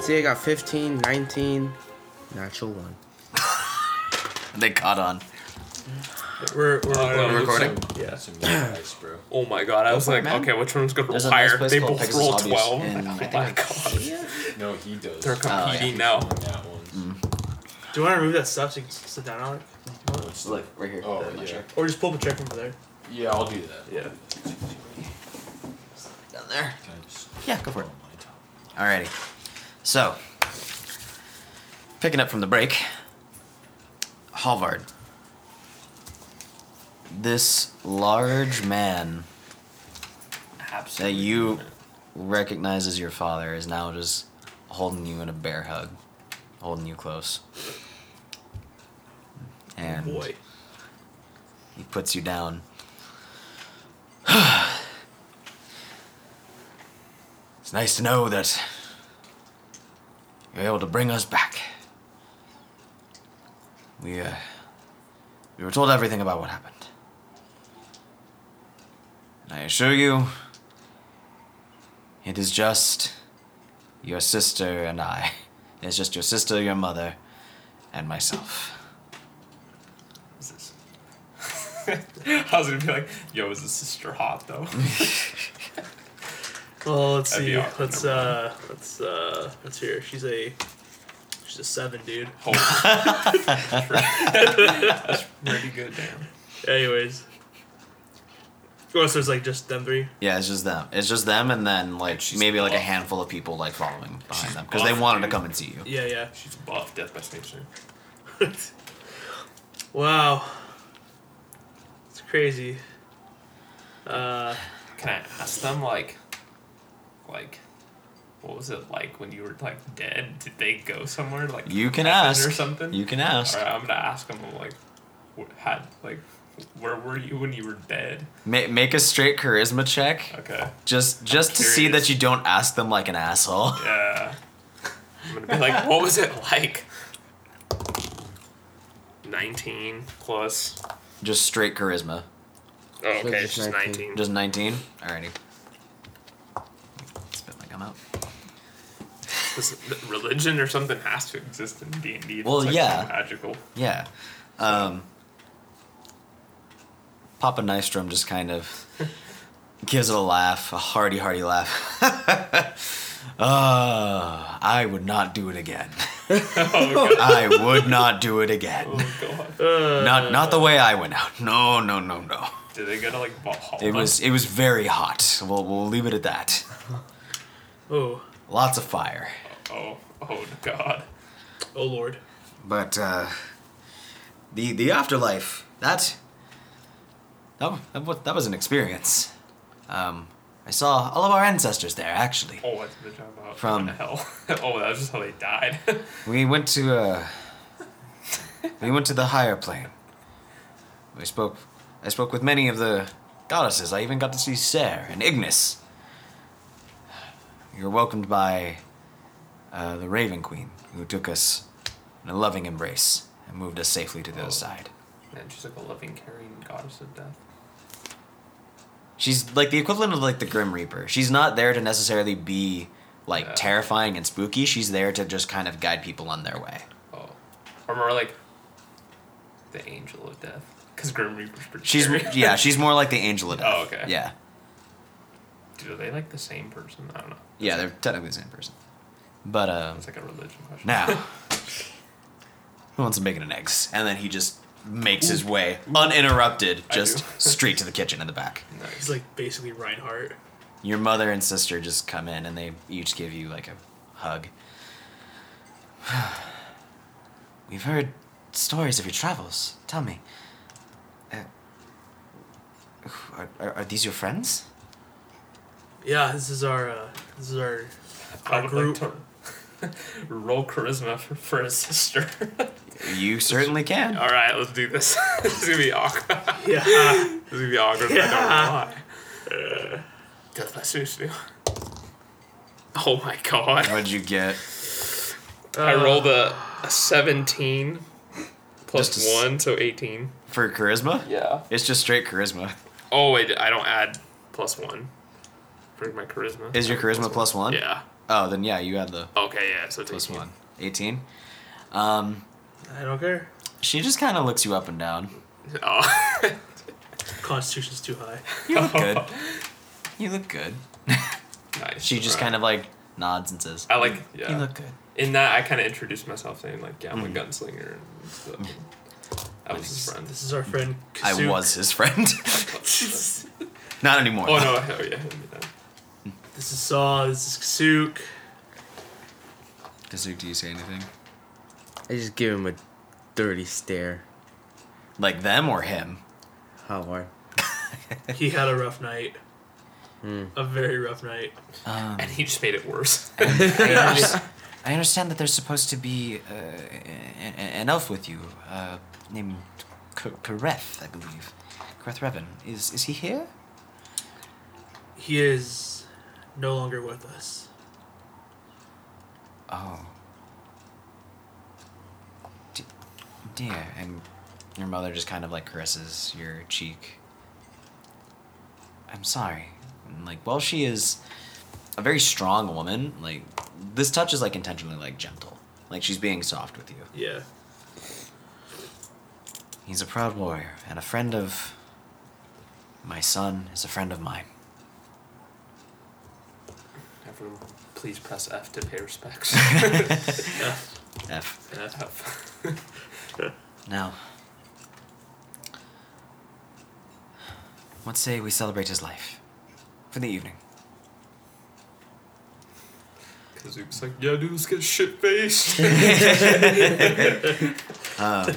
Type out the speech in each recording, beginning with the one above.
See, I got 15, 19, natural one. They caught on. We're, we're no, recording. recording? Yeah. Some good ice, bro. Oh my god, I was like, man. okay, which one's gonna roll There's a nice higher? place they called both Pegasus roll Hobbies twelve. in- oh I think my in god, No, he does. they're yeah. competing now. On that one. Do you want to remove that stuff so you can sit down on it? No, it's Look, right here. Oh, I'm not yeah. sure. Or just pull up a check from there. Yeah, I'll do that. Yeah. Down there. Can I just- Yeah, go for it. Oh, my top. Alrighty. So, picking up from the break, Halvard. This large man that you recognize as your father is now just holding you in a bear hug, holding you close. And Boy. he puts you down. it's nice to know that you're able to bring us back. We, uh, we were told everything about what happened. And I assure you, it is just your sister and I. It's just your sister, your mother, and myself. I was gonna be like, yo, is this sister hot though? Well, let's That'd be see. awkward, Let's never uh, let's uh, let's hear. She's a, she's a seven, dude. Holy That's pretty good, damn. Anyways. Oh, so it's like just them three. Yeah, it's just them. It's just them, and then like maybe like a buff. handful of people like following behind She's them because they buff, wanted dude. to come and see you. Yeah, yeah. She's buff, death by station. wow. It's crazy. Uh, Can I ask them like, like, what was it like when you were like dead? Did they go somewhere like You can heaven ask or something? You can ask. Alright, I'm gonna ask them like, wh- had like, where were you when you were dead? Ma- make a straight charisma check, Okay. just just to see curious. that you don't ask them like an asshole. Yeah. I'm gonna be like, what was it like? 19 plus. Just straight charisma. Oh, okay, just she's 19. 19. Just nineteen. Alrighty. Spit my gum out. This- th- religion or something has to exist in D&D. Well, It's, like, yeah. Magical. Yeah. Um, Papa Nystrom just kind of gives it a laugh, a hearty, hearty laugh. uh, I would not do it again. Oh, God. I would not do it again. oh, God. Oh, uh, Not not the way I went out. No, no, no, no. Did they go to, like, Valhalla? It was it was very hot. We'll we'll leave it at that. Oh, Lots of fire. Oh, oh, God. oh Lord. But uh, the the afterlife that that that, wa- that was an experience. Um, I saw all of our ancestors there. Actually, Oh, what's the job about? From- What the hell? oh, that was just how they died. we went to uh, we went to the higher plane. We spoke. I spoke with many of the goddesses. I even got to see Ser and Ignis. You were welcomed by uh, the Raven Queen, who took us in a loving embrace and moved us safely to the other side. Man, she's like a loving, caring goddess of death. She's like the equivalent of like the Grim Reaper. She's not there to necessarily be like Yeah. terrifying and spooky. She's there to just kind of guide people on their way. Oh. Or more like the angel of death. Because Grim Reaper's pretty She's scary. yeah, she's more like the angel of death. Oh, okay. Yeah, Dude, are they like the same person? I don't know. yeah, they're technically the same person. But um, It's like a religion question. now, who wants some bacon and eggs? And then he just makes his way uninterrupted, I just do. straight to the kitchen in the back. Nice. He's like basically Reinhardt. Your mother and sister just come in and they each give you like a hug. We've heard stories of your travels. Tell me. Uh, who- are, are, are these your friends? Yeah, this is our uh, this is our I our would group. like to roll charisma for, for his sister. You certainly can. All right, let's do this. this is gonna be awkward. yeah. This is gonna be awkward. but I Yeah. don't know why. Death by suicide. Oh my god! What'd you get? I Uh, rolled a, a seventeen plus Just a s- one, so eighteen. For charisma? Yeah. It's just straight charisma. Oh wait, I don't add plus one for my charisma. Is your charisma plus one? Yeah. Oh, then yeah, you had the Okay, yeah, so it's plus 18. one. 18. Um, I don't care. she just kind of looks you up and down. Oh. Constitution's too high. You look good. You look good. nice. She just Alright. kind of like nods and says, I like, yeah. You look good. In that, I kind of introduced myself saying, like, yeah, I'm Mm-hmm. a gunslinger and stuff. I was his friend. This is our friend. I Kazook. was his friend. Not anymore. Oh, no. Hell yeah. hell yeah. This is Saw. This is Kasuk. Kazook, do you say anything? I just give him a dirty stare. Like them or him? How hard? He had a rough night. Hmm. A very rough night. Um, And he just made it worse. I, under- I understand that there's supposed to be uh, an, an elf with you uh, named K- Kareth, I believe. Kareth Revan. Is, is he here? He is no longer with us. Oh. D- dear, and your mother just kind of like caresses your cheek. I'm sorry. And like, while she is a very strong woman, like, this touch is like intentionally like gentle. Like, she's being soft with you. Yeah. He's a proud warrior and a friend of. My son is a friend of mine. Everyone, please press F to pay respects. F. F. Now, let's say we celebrate his life for the evening. Kazook's like, yeah, dude, let's get shit faced. Um,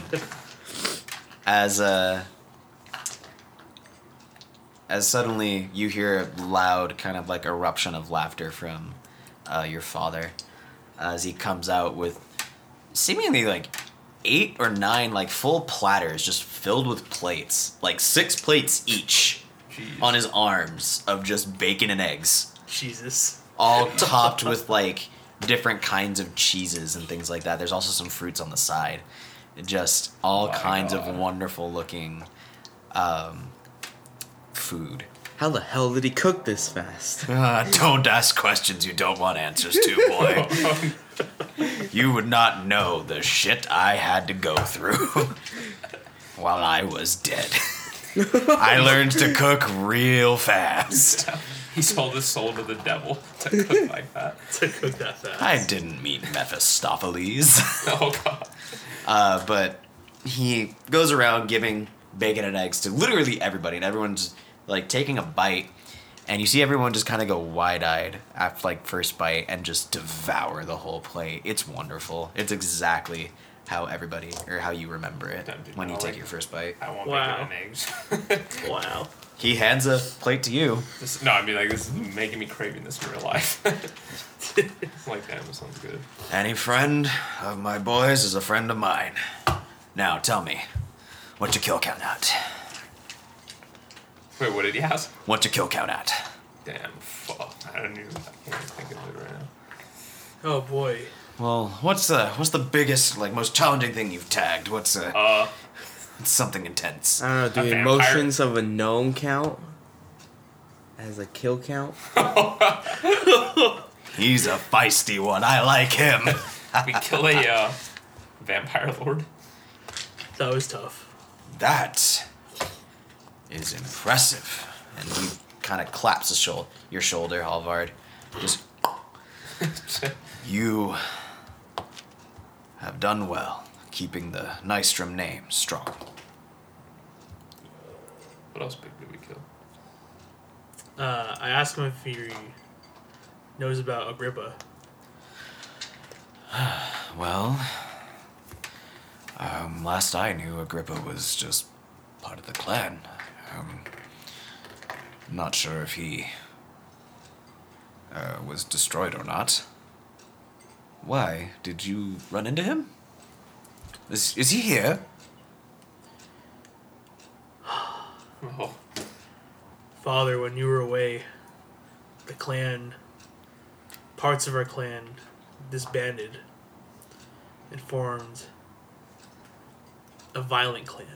as uh, as suddenly you hear a loud kind of like eruption of laughter from uh, your father uh, as he comes out with seemingly like eight or nine like full platters just filled with plates like six plates each Jeez. on his arms of just bacon and eggs Jesus. all topped with like different kinds of cheeses and things like that. There's also some fruits on the side. Just all My kinds God. of wonderful looking um, food. How the hell did he cook this fast? don't ask questions you don't want answers to, boy. you would not know the shit I had to go through while I was dead. I learned to cook real fast. he sold his soul to the devil to cook like that. To cook that fast. I didn't meet Mephistopheles. Oh, God. Uh, but he goes around giving bacon and eggs to literally everybody, and everyone's like taking a bite, and you see everyone just kind of go wide eyed after like first bite and just devour the whole plate. It's wonderful. It's exactly how everybody or how you remember it That'd be when you all take right. your first bite. I want Wow. bacon and eggs. Wow. He hands a plate to you. This, no, I mean like this is making me craving this in real life. like that sounds good. Any friend of my boys is a friend of mine. Now tell me, what your kill count at? Wait, what did he ask? What your kill count at? Damn, fuck. I don't even. I can't even think of it right now. Oh boy. Well, what's the what's the biggest like most challenging thing you've tagged? What's uh, Uh, something intense? I don't know. A Do vampire. emotions of a gnome count? As a kill count? He's a feisty one. I like him. we kill a uh, vampire lord. That was tough. that is impressive. And he kind of claps his shoulder, your shoulder, Halvard. Just you have done well, keeping the Nystrom name strong. What else big did we kill? Uh, I asked him if he knows about Agrippa. Well, um, last I knew, Agrippa was just part of the clan. Um, not sure if he uh, was destroyed or not. Why did you run into him? Is is he here? Oh, Father, when you were away, the clan, parts of our clan, disbanded and formed a violent clan.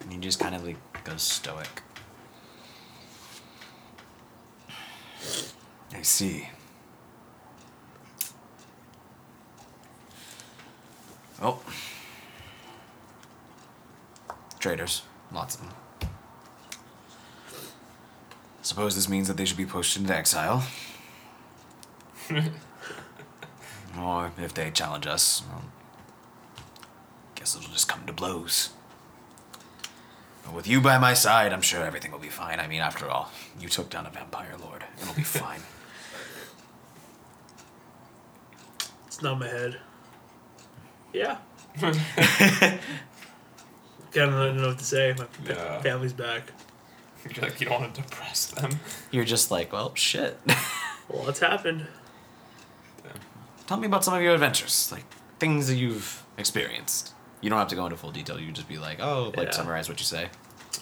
And he just kind of like goes stoic. I see. Oh. Traitors. Lots of them. Suppose this means that they should be pushed into exile. or if they challenge us, well, guess it'll just come to blows. But with you by my side, I'm sure everything will be fine. I mean, after all, you took down a vampire lord. It'll be fine. It's not my head. Yeah. Kind of don't know what to say. My p- Yeah. family's back. You're like, you don't want to depress them. You're just like, well, shit. Well, it's happened. Tell me about some of your adventures, like things that you've experienced. You don't have to go into full detail. You just be like, oh, like Yeah. summarize what you say.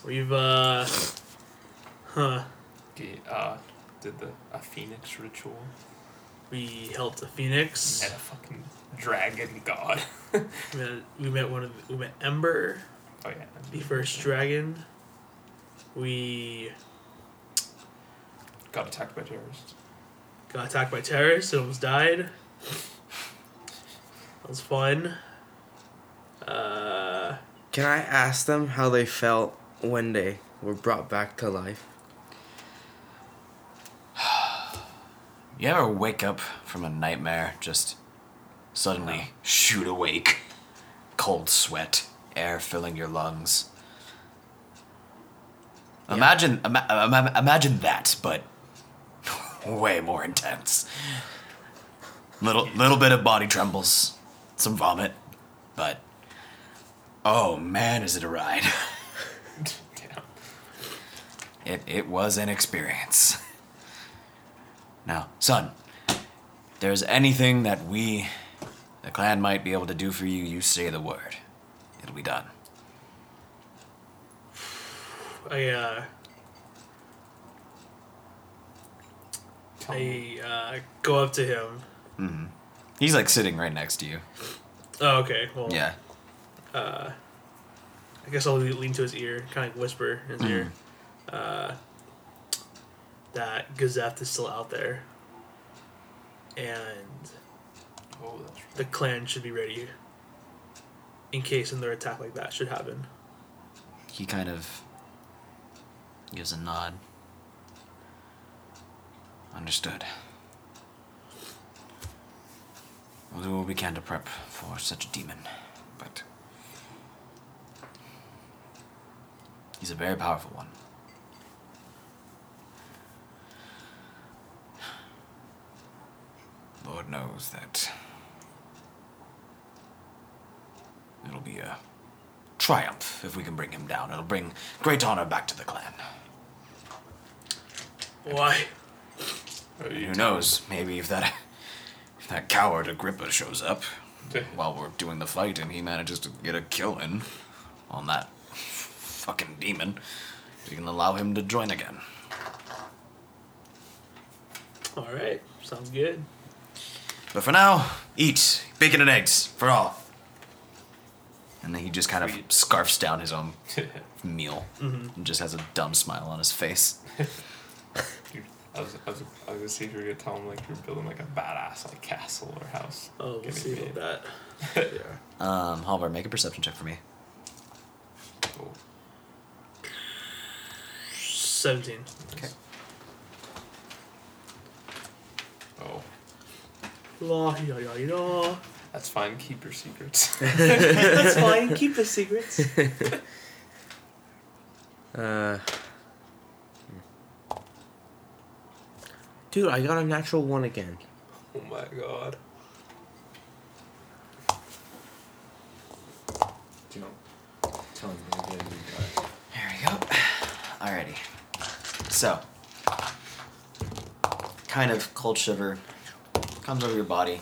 We've uh, huh? Okay, uh, did the a phoenix ritual. We helped a phoenix. Met a fucking dragon god. oh We, met, we met one of the, we met Ember, yeah. the first dragon. We Got attacked by terrorists. got attacked by terrorists and almost died. That was fun. Uh, Can I ask them how they felt when they were brought back to life? You ever wake up from a nightmare, just suddenly shoot awake? Cold sweat, air filling your lungs. Imagine, ima- ima- imagine that, but way more intense. Little, little bit of body trembles, some vomit, but oh man, is it a ride! Damn. It, it was an experience. Now, son, if there's anything that we, the clan, might be able to do for you, you say the word. It'll be done. I uh, Tell me. I uh, go up to him. He's like sitting right next to you. Oh, okay. Well, uh, Yeah. I guess I'll lean to his ear, kind of whisper in his ear, Mm-hmm. uh, that Gazeth is still out there, and Oh, that's right. the clan should be ready in case another attack like that should happen. He kind of gives a nod. Understood. We'll do what we can to prep for such a demon, but. He's a very powerful one. Lord knows that. It'll be a triumph if we can bring him down. It'll bring great honor back to the clan. Why? Oh, you Who knows? Maybe if that if that coward Agrippa shows up did. while we're doing the fight and he manages to get a kill in on that fucking demon, we can allow him to join again. All right, sounds good. But for now, eat bacon and eggs for all. And then he just kind of Sweet. scarfs down his own meal and just has a dumb smile on his face. Dude, I was, I was, I was gonna see if you were gonna tell him like you're building like a badass like castle or house. Oh, we'll Give me see the- about that. Um, Halvar, make a perception check for me. Cool. Seventeen. Okay. Oh, La ya ya ya. that's fine. Keep your secrets. That's fine. Keep the secrets. Uh, hmm. dude, I got a natural one again. oh my god. Don't tell him again. You got There we go. Alrighty. So, kind of cold shiver comes over your body,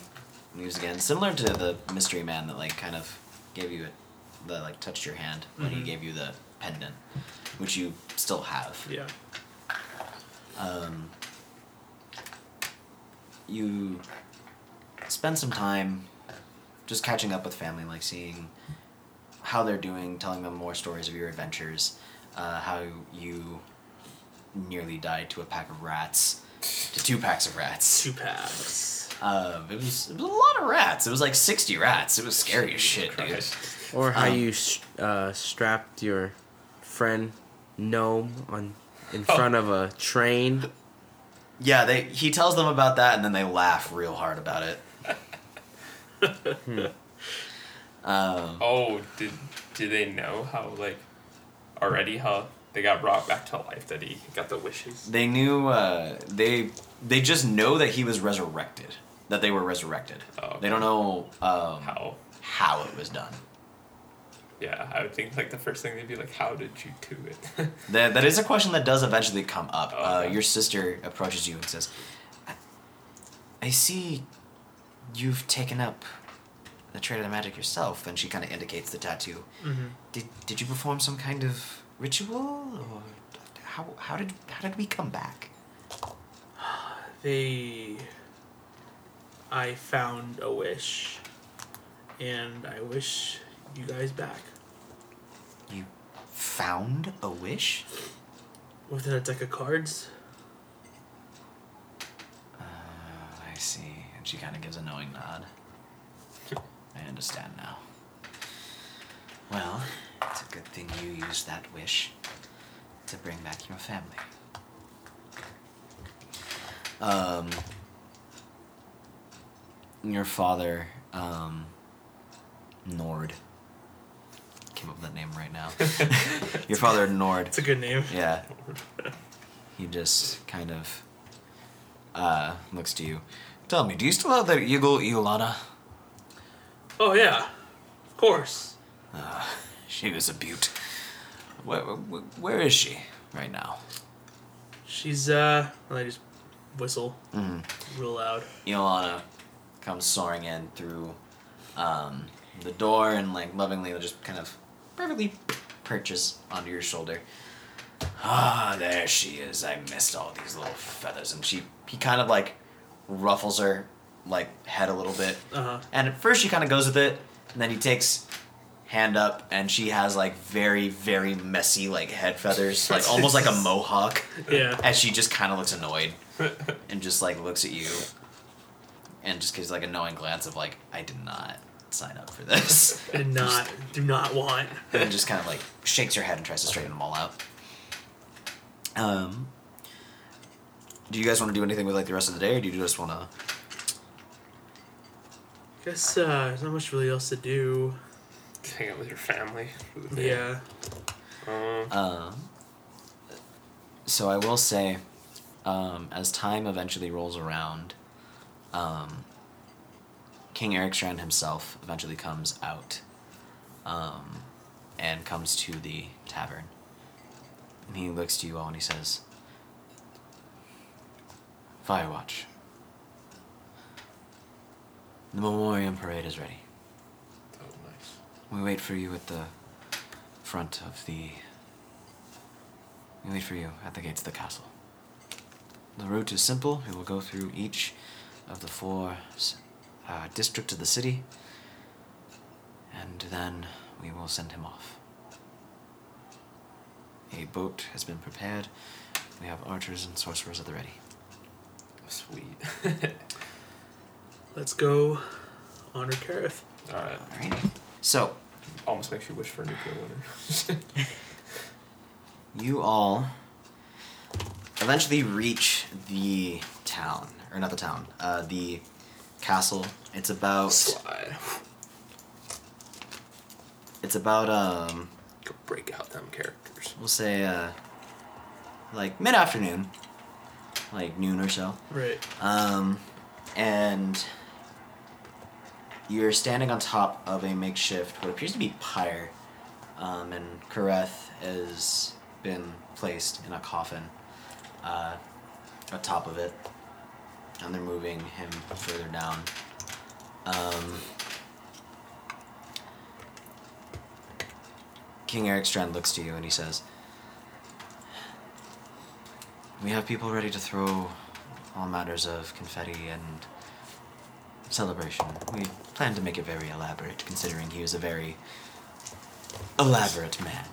moves again, similar to the mystery man that like kind of gave you it, that like touched your hand when he gave you the pendant, which you still have. yeah. Um, you spend some time just catching up with family, like seeing how they're doing, telling them more stories of your adventures, uh, how you nearly died to a pack of rats, to two packs of rats. Two packs. Um, it was it was a lot of rats. It was like sixty rats. It was scary as shit, dude. Christ. Or how Um, you s- uh, strapped your friend gnome on in Oh. front of a train. Yeah, they he tells them about that and then they laugh real hard about it. um, Oh, did do they know how like already how they got brought back to life that he got the wishes? they knew uh, they they just know that he was resurrected. That they were resurrected. Oh, okay. They don't know um, How? how it was done. Yeah, I would think like the first thing they'd be like, "How did you do it?" That, that is a question that does eventually come up. Oh, uh, okay. your sister approaches you and says, I, I see you've taken up the trade of the magic yourself. And she kind of indicates the tattoo. Mm-hmm. Did, did you perform some kind of ritual? Or how, how, did, how did we come back? They. I found a wish, and I wish you guys back. You found a wish? With a deck of cards, Uh, I see. And she kind of gives a knowing nod. I understand now. Well, it's a good thing you used that wish to bring back your family. Um, your father, um, Nord. Came up with that name right now. your father, Nord. it's a good name. Yeah. He just kind of uh, looks to you. Tell me, do you still have that eagle, Iolana? Oh yeah, of course. She was a beaut. Where, where, where is she right now? She's uh. And I just whistle real loud. Iolana comes soaring in through um, the door and, like, lovingly just kind of perfectly perches onto your shoulder. Ah, there she is. I missed all these little feathers. And she, he kind of, like, ruffles her, like, head a little bit. Uh huh. And at first she kind of goes with it, and then he takes hand up, and she has like very, very messy like head feathers, like almost like a mohawk. Yeah. And she just kind of looks annoyed, and just like looks at you, and just gives like a knowing glance of like I did not sign up for this, I did not do not want. and just kind of like shakes her head and tries to straighten them all out. Um. Do you guys want to do anything with like the rest of the day, or do you just want to? Guess uh, there's not much really else to do. Hang out with your family. For the day. Yeah. Um, Um, so I will say, um, as time eventually rolls around, um, King Erikstrand himself eventually comes out um, and comes to the tavern. And he looks to you all and he says, Firewatch. The Memoriam Parade is ready. oh, nice. We wait for you at the front of the. We wait for you at the gates of the castle. The route is simple. We will go through each of the four s- uh, districts of the city, and then we will send him off. A boat has been prepared. We have archers and sorcerers at the ready. Sweet. Let's go. Honor Kareth. All right. All right. So, Almost makes you wish for a nuclear winter. you all eventually reach the town or not the town uh, the castle it's about Slide. it's about um Go break out them characters. we'll say uh like mid-afternoon like noon or so Right. um and you're standing on top of a makeshift what appears to be pyre um, and Kareth has been placed in a coffin uh, atop of it, and they're moving him further down. Um, King Erikstrand looks to you and he says, "We have people ready to throw all matters of confetti and." Celebration. We plan to make it very elaborate, considering he was a very elaborate man.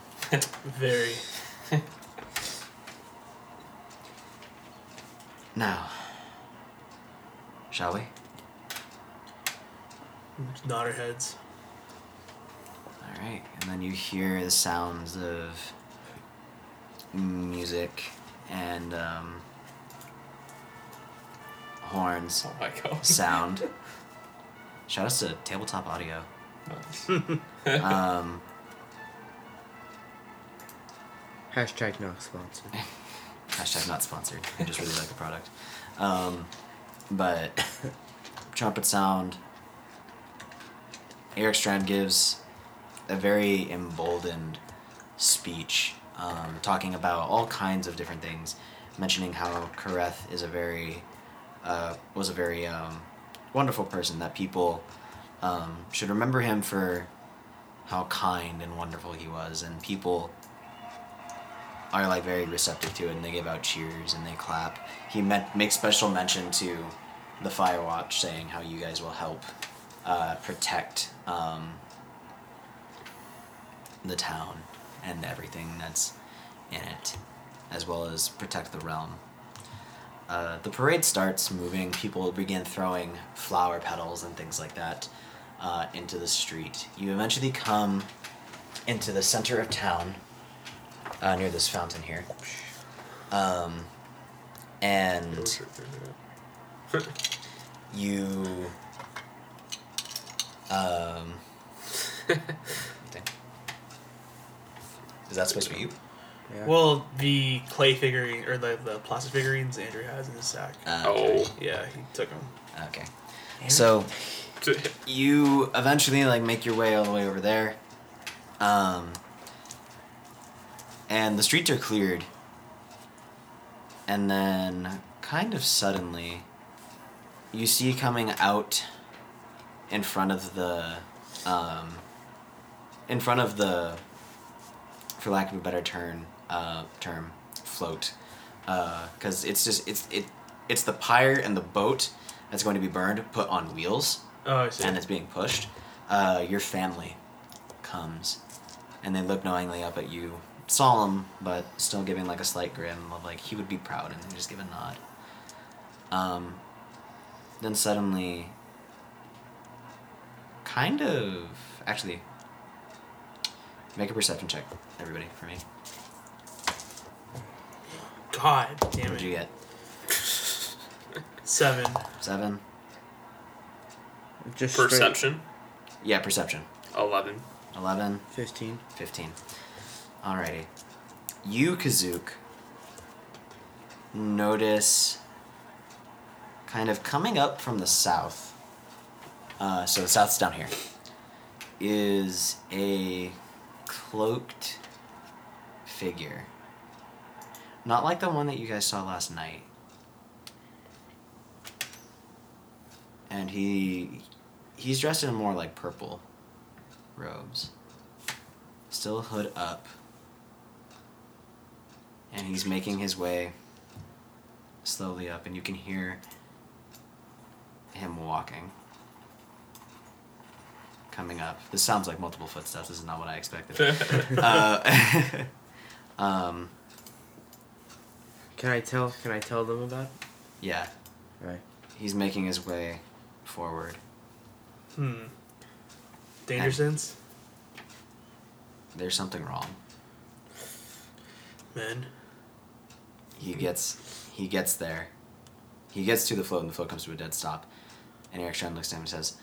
Very. Now, shall we? Nod our heads. All right, and then you hear the sounds of music and um, horns Oh my god. sound. Shout outs to Tabletop Audio. Nice. Um, Hashtag not sponsored. hashtag not sponsored. I just really like the product. Um, but trumpet sound. Eric Strand gives a very emboldened speech, um, talking about all kinds of different things, mentioning how Kareth is a very uh, was a very um, wonderful person that people um, should remember him for how kind and wonderful he was, and people are like very receptive to it and they give out cheers and they clap. He met, makes special mention to the Firewatch saying how you guys will help uh, protect um, the town and everything that's in it, as well as protect the realm. Uh, the parade starts moving. People begin throwing flower petals and things like that uh, into the street. You eventually come into the center of town uh, near this fountain here. Um, and you. Um, is that supposed to be you? Yeah. Well, the clay figurine or the, the plastic figurines Andrew has in his sack. Uh, oh. Yeah, he took them. Okay. So Oh. you eventually like make your way all the way over there, um, and the streets are cleared, and then kind of suddenly, you see coming out in front of the, um, in front of the, for lack of a better term, uh, term, float, because it's just it's it, it's the pyre and the boat that's going to be burned put on wheels Oh, I see. and it's being pushed, uh, your family comes, and they look knowingly up at you, solemn but still giving like a slight grin of like he would be proud, and they just give a nod. Um, then suddenly, kind of actually, make a perception check, everybody, for me. God damn What'd you it. get? Seven. Seven. Just straight- Perception. Yeah, perception. Eleven. Eleven. Fifteen. 15. Alrighty. You, Kazook, notice kind of coming up from the south. Uh, so the south's down here. Is a cloaked figure. Not like the one that you guys saw last night. And he he's dressed in more like purple robes still hood up. And he's making his way slowly up, and you can hear him walking. Coming up. This sounds like multiple footsteps. This is not what I expected. uh, um, Can I tell? Can I tell them about? yeah, It? Right. he's making his way forward. Hmm. Danger And- sense? There's something wrong. Man. He gets he gets there. He gets to the float and the float comes to a dead stop. And Eric Strand looks at him and says,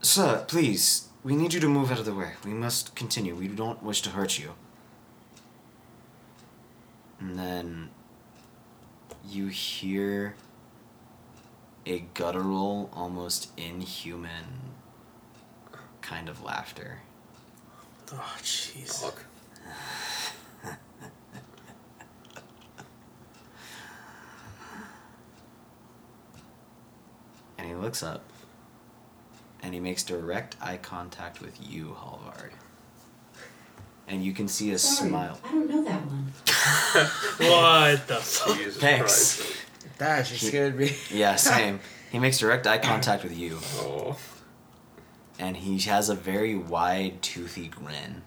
Sir, please, we need you to move out of the way. We must continue. We don't wish to hurt you. And then you hear a guttural, almost inhuman kind of laughter. Oh, jeez. Fuck. And he looks up and he makes direct eye contact with you, Halvard. And you can see a Sorry, smile. I don't know that one. What the fuck? Jesus Thanks. Christ. That just scared me. Yeah, same. he makes direct eye contact with you Oh. and he has a very wide, toothy grin.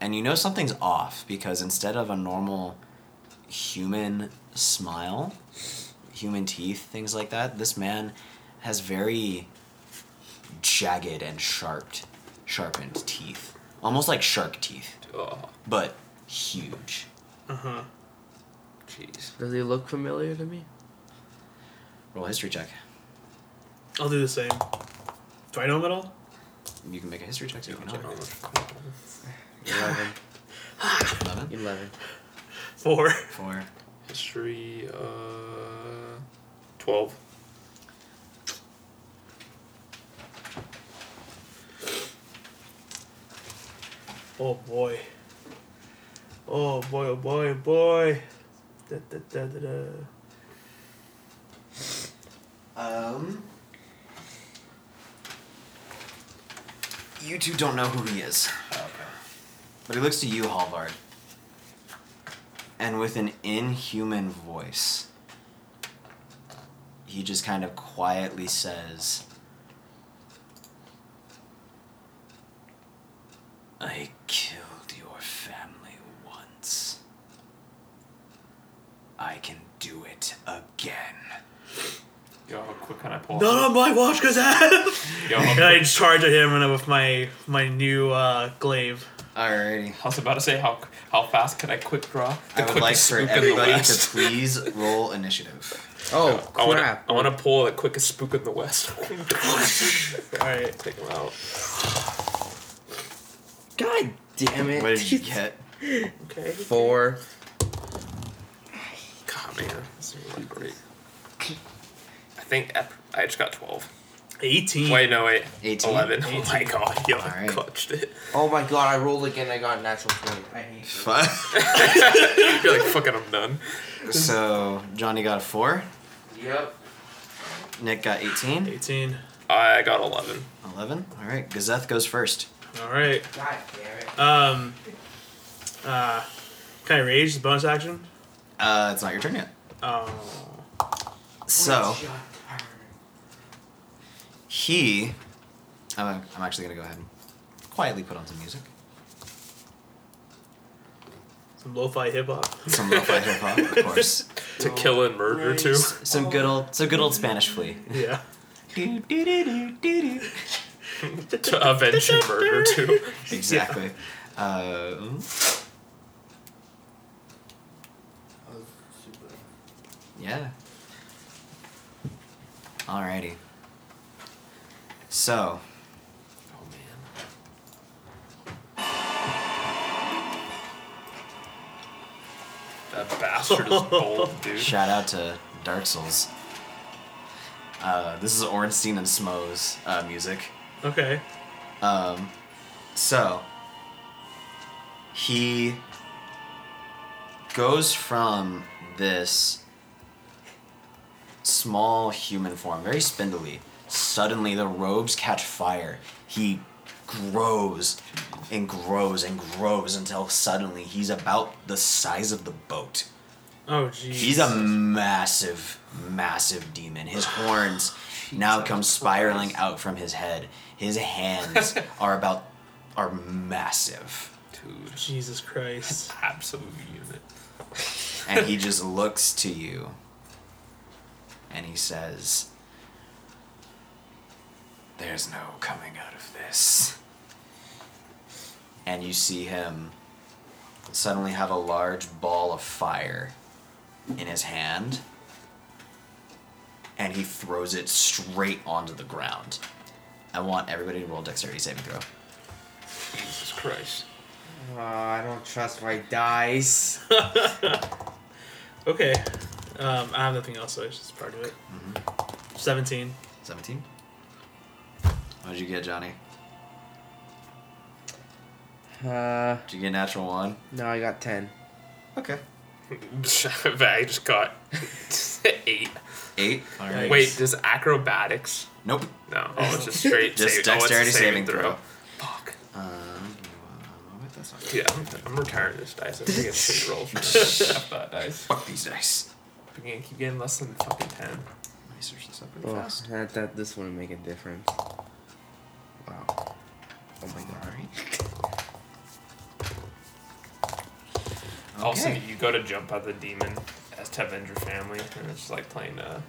And you know something's off because instead of a normal human smile, human teeth, things like that. This man has very jagged and sharp, sharpened teeth, almost like shark teeth, Oh, but huge. Uh huh. jeez. Does he look familiar to me? Roll a history check. I'll do the same. Do I know him at all? You can make a history check. So you can help. Eleven. Eleven. Eleven. Four. Four. History, uh, twelve. Oh boy. Oh boy, oh boy, oh boy. Da, da, da, da, da. Um. You two don't know who he is. But he looks to you, Halvard. And with an inhuman voice, he just kind of quietly says, I killed your family once. I can do it again. Yo, how quick can I pull? Not on my watch, Gazette! Yo, and how, I charge at him and with my my new uh, glaive. Alrighty. I was about to say how how fast can I quick draw? I would quickest like for spook in the everybody to West. please roll initiative. Oh I wanna- crap! I want to pull the quickest spook in the West. All right. Take him out. God damn it! What did you get? Okay. Four. God, man, this is really great. I think ep- I just got 12. 18. Wait, no, wait. 18? 11. Oh my god, yo, I Alright. clutched it. Oh my god! I rolled again. I got a natural twenty. I hate this. You're like, fucking, I'm done. so Johnny got a four. Yep. Nick got 18. 18. I got 11. 11. All right. Gazeth goes first. All right. God damn it! Um. Uh. Can I rage the bonus action? Uh, it's not your turn yet. Oh. So he, I'm, I'm actually gonna go ahead and quietly put on some music, Some lo-fi hip hop. some lo-fi hip hop, of course, To kill and murder, too. some good old, some good old Spanish flea. Yeah. Do, do, do, do, do, do. to avenge and murder, too. Exactly. Uh, Yeah. Alrighty. So, Oh, man. That bastard is bold, dude. shout out to Dark Souls. Uh, this is Orenstein and Smo's uh, music. Okay. Um, so, he goes from this small human form, very spindly. Suddenly, the robes catch fire. He grows and grows and grows until suddenly he's about the size of the boat. Oh jeez. He's a massive, massive demon. His horns now come spiraling out from his head. His hands are about are massive. Dude, Jesus Christ. absolute unit. And he just looks to you and he says There's no coming out of this. And you see him suddenly have a large ball of fire in his hand and he throws it straight onto the ground. I want everybody to roll dexterity saving throw. Jesus Christ. Uh, I don't trust my dice. Okay. Um, I have nothing else, so it's just part of it. Seventeen. 17. What did you get, Johnny? Uh, Did you get a natural one? no, I got ten. Okay. I just got eight. Eight. All right. Wait, does acrobatics? Nope. No, oh, it's just straight. Just save- oh, it's a dexterity saving throw. Fuck. Um, give me one moment, that's not Yeah, I'm, I'm retiring this dice. I'm gonna get shitty rolls from this. F that dice. Fuck these dice. I'm gonna keep getting less than fucking ten. Let me search this up really Oh, fast. that, that this wouldn't make a difference. Wow. Oh my god. Alright. Also, Okay. you go to jump out the demon as to avenge your family, and it's just like playing. Uh,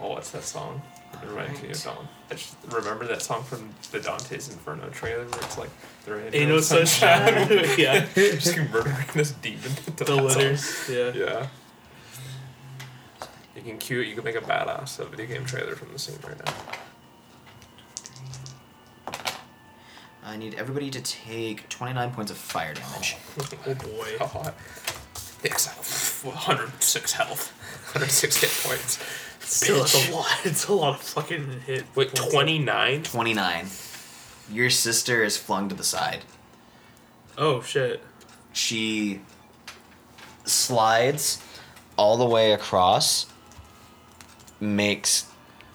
oh, what's that song? It reminds me of Dawn. I just remember that song from the Dante's Inferno trailer where it's like there ain't, Ain't no sunshine. yeah. just murdering this demon. to The that letters. Yeah. song. Yeah. You can cue it. You can make a badass a video game trailer from the scene right now. I need everybody to take 29 points of fire damage. Oh boy. How hot? Yes, 106 health, 106 hit points. Still, it's bitch. a lot. It's a lot of fucking hit. Wait, points. 29? 29. Your sister is flung to the side. Oh shit. She slides all the way across, makes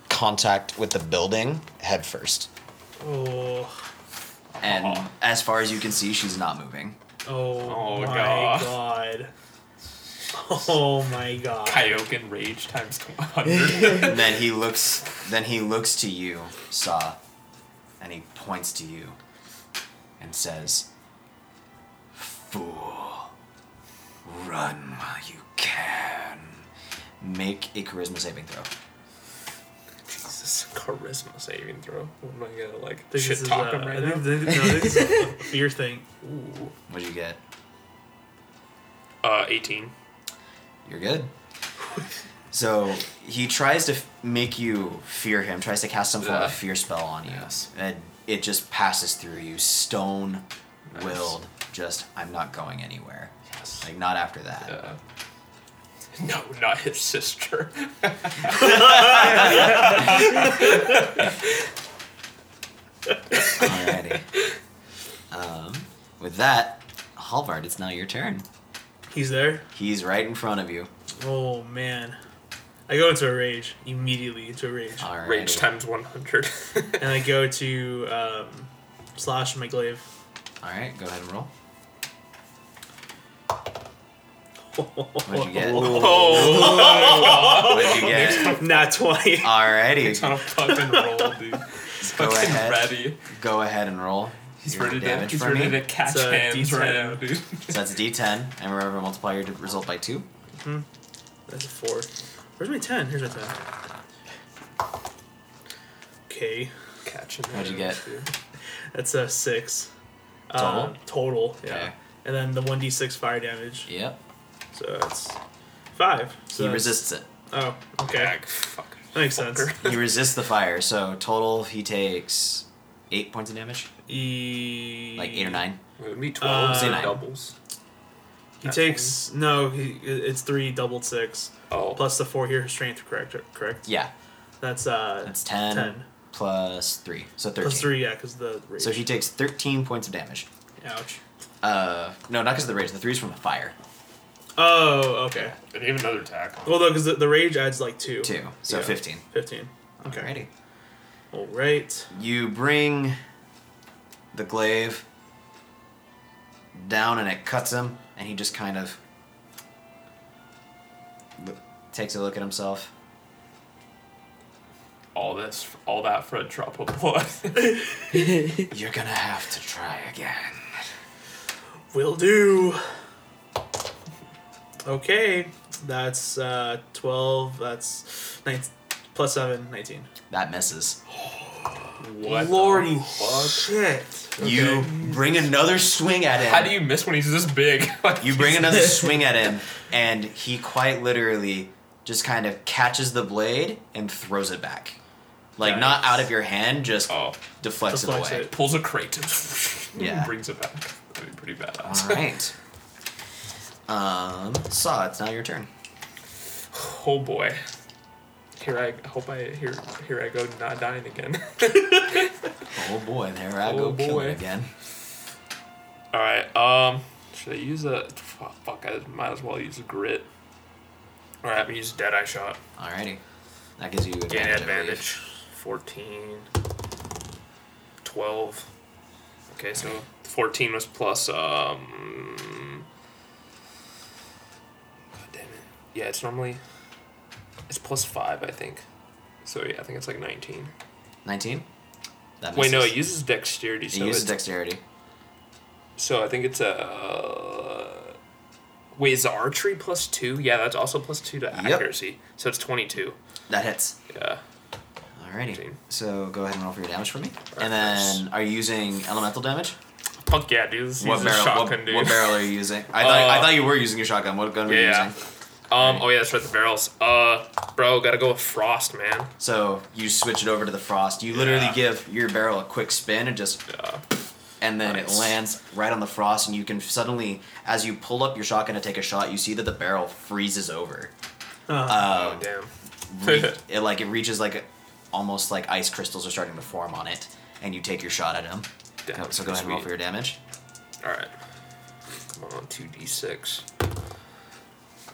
contact with the building head first. Oh. And Aw. as far as you can see, she's not moving. Oh, Oh, my God. god. Oh my god. Kyoken rage times 100. And then he looks then he looks to you, Saw, and he points to you and says, Fool. Run while you can. Make a charisma saving throw. Jesus, charisma saving throw. What am I gonna like Think this shit is, talk uh, him I right think, now? think- no, I think this is a fear thing. Ooh. What do you get? Uh, 18. You're good. So he tries to f- make you fear him, tries to cast some form Yeah. of fear spell on you. Yes. And it just passes through you, stone Nice. willed, just, I'm not going anywhere. Yes. Like, not after that. Uh, no, not his sister. Alrighty. um, with that, Halvard, it's now your turn. He's there. He's right in front of you. Oh man. I go into a rage immediately into a rage, Alrighty. Rage times 100. and I go to um, slash my glaive. All right, go ahead and roll. What'd you get? oh, What'd you get? Not twenty. it's Alrighty. on a fucking roll, dude. He's Go fucking ahead. ready. Go ahead and roll. He's your ready to, damage he's for ready me. to catch It's a hands D10. right now, dude. So that's a D10, and remember multiply your d- result by two. That's a four. Where's my ten? Here's my ten. Okay, Catching What'd you get? hands, dude. that's a six. Total? Uh, total. Yeah. Okay. And then the one d six fire damage. Yep. So that's five. So He that's- resists it. Oh, okay. Back, fuck. That makes sense. He resists the fire. So total, he takes eight points of damage, E- like eight or nine. It would be 12s Uh, and doubles. He Not takes no. He, it's three doubled six Oh. plus the four here strength. Correct. Correct. Yeah, That's uh. that's ten, Ten. plus three, so thirteen. Plus three, yeah, because the rage. So he takes thirteen points of damage. Ouch. Uh, no, not because of the rage. The three's from the fire. Oh, okay. And even another attack. Well, though, because the, the rage adds like two. Two. So Yeah. fifteen. Fifteen. Okay. Alrighty. All right. You bring the glaive down and it cuts him, and he just kind of lo- takes a look at himself. All this, all that for a drop of blood. You're gonna have to try again. Will do. Okay. That's uh twelve. That's nine plus seven. Nineteen. That misses. what? the Lordy fuck? Shit. You Okay. bring another swing at him. How do you miss when he's this big? Like, You bring he's- another swing at him, and he quite literally just kind of catches the blade and throws it back. Like, not Nice. out of your hand, just Oh, deflects, Deflects it away. it. pulls a crate. Yeah. Brings it back. That'd be pretty badass. Alright. um, Saw, it's now your turn. Oh boy. Here I hope I here here I go not dying again. Oh boy, there I Oh go killing boy. again. all right. Um, should I use a fu- fuck? I might as well use a grit. All right, I'm gonna use Deadeye Shot. Alrighty. That gives you advantage. Gain I believe. advantage. 14. 12. Okay, so 14 was plus, um. God damn it. Yeah, it's normally. It's plus 5, I think. So yeah, I think it's like 19. 19? That Wait, no, misses. it uses dexterity, It so uses it's- dexterity. so I think it's a. Wait, is the archery plus two? Yeah, that's also plus two to Yep. accuracy. So it's 22. That hits. Yeah. Alrighty. Fifteen. So go ahead and roll for your damage for me. Alright, And then are you using elemental damage? Fuck yeah, dude. This is a barrel? shotgun, What, dude. what barrel are you using? I thought, I Uh, thought you were using your shotgun. What gun were you Yeah. using? Um, oh yeah, that's right, the barrels. Uh, bro, gotta go with frost, man. So you switch it over to the frost. You literally Yeah. give your barrel a quick spin and just, Yeah. and then Nice. it lands right on the frost. And you can suddenly, as you pull up your shotgun to take a shot, you see that the barrel freezes over. Uh, Uh, oh damn. re- it like it reaches like a- almost like ice crystals are starting to form on it, and you take your shot at him. Go- Damn, so go ahead and roll sweet. for your damage. Alright. Come on, 2d6.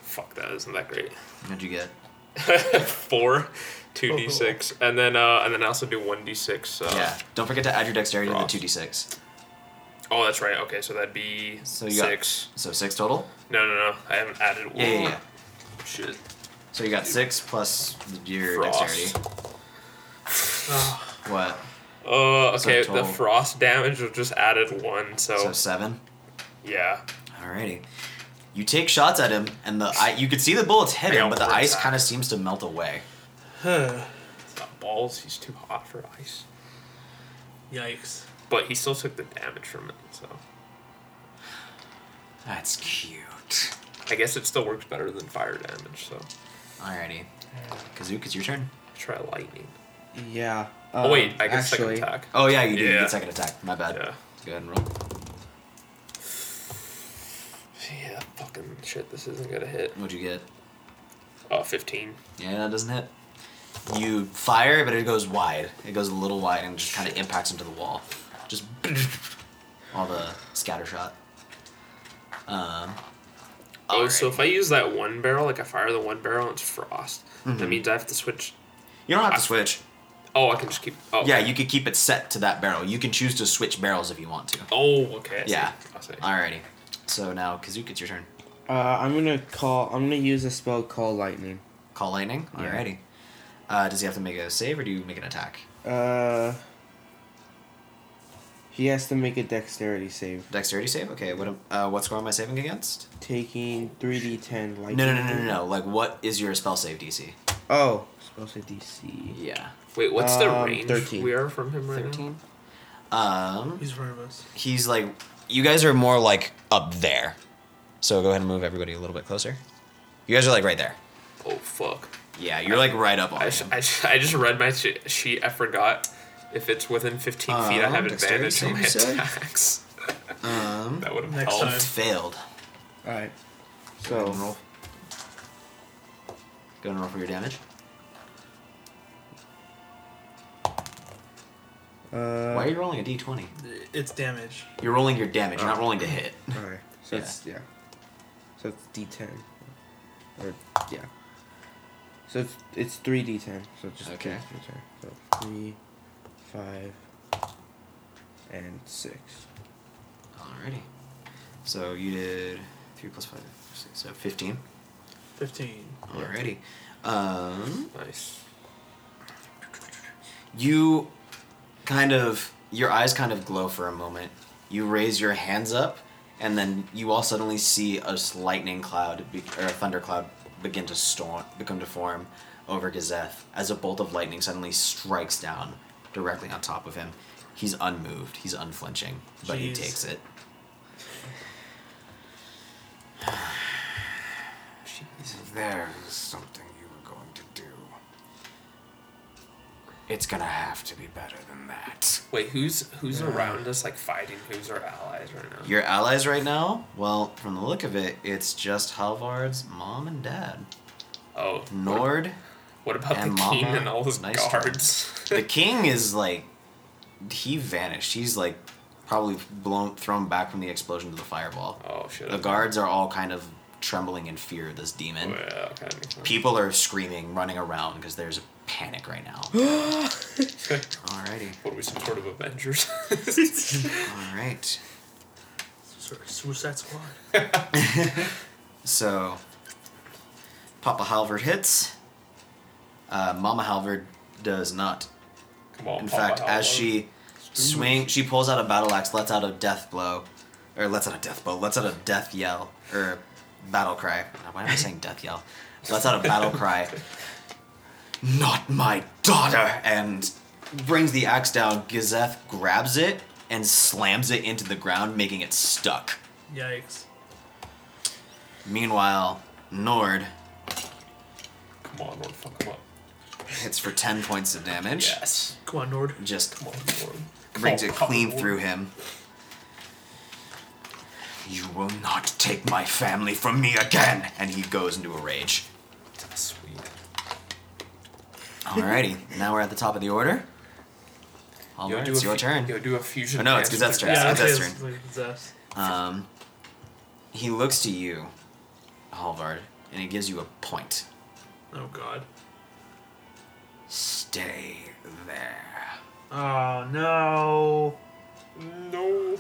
Fuck, that isn't that great. What'd you get? Four, 2d6, and then uh, and then I also do 1d6. Uh, yeah. Don't forget to add your dexterity frost. to the two d six. Oh, that's right. Okay, so that'd be So you got- six. So six total. No, no, no. I haven't added one. Yeah, yeah, yeah. Shit. So you got six plus your Frost. dexterity. What? Uh, So okay, the total- frost damage was just added one, so, So seven. yeah. Alrighty. You take shots at him, and the I, you could see the bullets hit him, Yeah, but the we're ice attacked. kind of seems to melt away. It's not balls, he's too hot for ice. yikes. But he still took the damage from it, so. That's cute. I guess it still works better than fire damage, so. Alrighty. Kazook, it's your turn. Try lightning. Yeah. Um, um, oh, wait, I guess actually, second attack. Oh yeah, you did Yeah. get second attack. My bad. Yeah. Go ahead and roll. Yeah, fucking shit, this isn't gonna hit. What'd you get? Uh, 15. Yeah, that doesn't hit. You fire, but it goes wide. It goes a little wide and just kind of impacts into the wall. Just all the scatter shot. Um, Oh, alright. so if I use that one barrel, like I fire the one barrel and it's frost, Mm-hmm. that means I have to switch. you don't have to switch. Oh, I can just keep. Oh, Yeah, you could keep it set to that barrel. You can choose to switch barrels if you want to. Oh, okay. I see. Yeah. I see. Alrighty. So now, Kazook, it's your turn. Uh, I'm gonna call. I'm gonna use a spell called lightning. Call lightning. Yeah. Alrighty. Uh, does he have to make a save or do you make an attack? Uh, he has to make a dexterity save, Dexterity save. Okay. What? am- Uh, what score am I saving against? taking three d ten lightning. No, no, no, no, no, no. Like, what is your spell save DC? Oh, spell save DC. Yeah. Wait, what's the Um, range 13. we are from him right now? Um, He's one of us. he's like, you guys are more like up there. So go ahead and move everybody a little bit closer. You guys are like right there. Oh, fuck. Yeah, you're like right up on I, s- I s- I just read my sh- sheet. I forgot. If it's within 15 feet, I Um, have dexterity advantage on my save, you said? attacks. Um, that would have Next helped. time. failed. All right. Go ahead So and roll. Go ahead and roll for your damage. Uh, Why are you rolling a d20? It's damage. You're rolling your damage. You're not rolling to hit. Alright. So Yeah. it's yeah. So it's D ten. Or yeah. So it's it's three D ten. So just Okay. three D10. So three, five, and six. Alrighty. So you did three plus five, six, so fifteen. 15. Alrighty. Um, Nice. you kind of your eyes kind of glow for a moment you raise your hands up and then you all suddenly see a s- lightning cloud be, or a thunder cloud begin to storm become to form over Gazeth as a bolt of lightning suddenly strikes down directly on top of him he's unmoved he's unflinching but he Jeez. takes it There is something you were going to do. It's gonna have to be better than that. Wait, who's who's around us like fighting? Who's our allies right now? your allies right now well from the look of it it's just Halvard's mom and dad oh, what, Nord what about and the king Mama? and all his Nice one. guards? the king is like he vanished he's like probably blown thrown back from the explosion to the fireball oh shit! the okay. guards are all kind of trembling in fear of this demon Well, okay, that makes sense. people are screaming running around because there's a panic right now alrighty What are we, some sort of Avengers? alright Sort of Suicide Squad. so Papa Halvard hits uh, Mama Halvard does not Come on, In Papa fact, Howler. as she swing, she pulls out a battle axe, lets out a death blow, or lets out a death blow, lets out a death yell, or battle cry. Why am I saying death yell? Lets out a battle cry. Not my daughter! And brings the axe down. Gazeth grabs it and slams it into the ground, making it stuck. Yikes. Meanwhile, Nord Come on, Lord, fuck him up. hits for 10 points of damage. Yes. Come on, Nord. Just Come on, Lord. brings Come it on, come clean on. through him. You will not take my family from me again! And he goes into a rage. Sweet. Alrighty, now we're at the top of the order. All right, do it's a your fu- turn. Yo, do a fusion. Oh, no, it's dance with Gazette's turn. your- Yeah, I'd say that's it's like Zest. Um, he looks to you, Halvard, and he gives you a point. Oh god. Stay there. Oh no. No.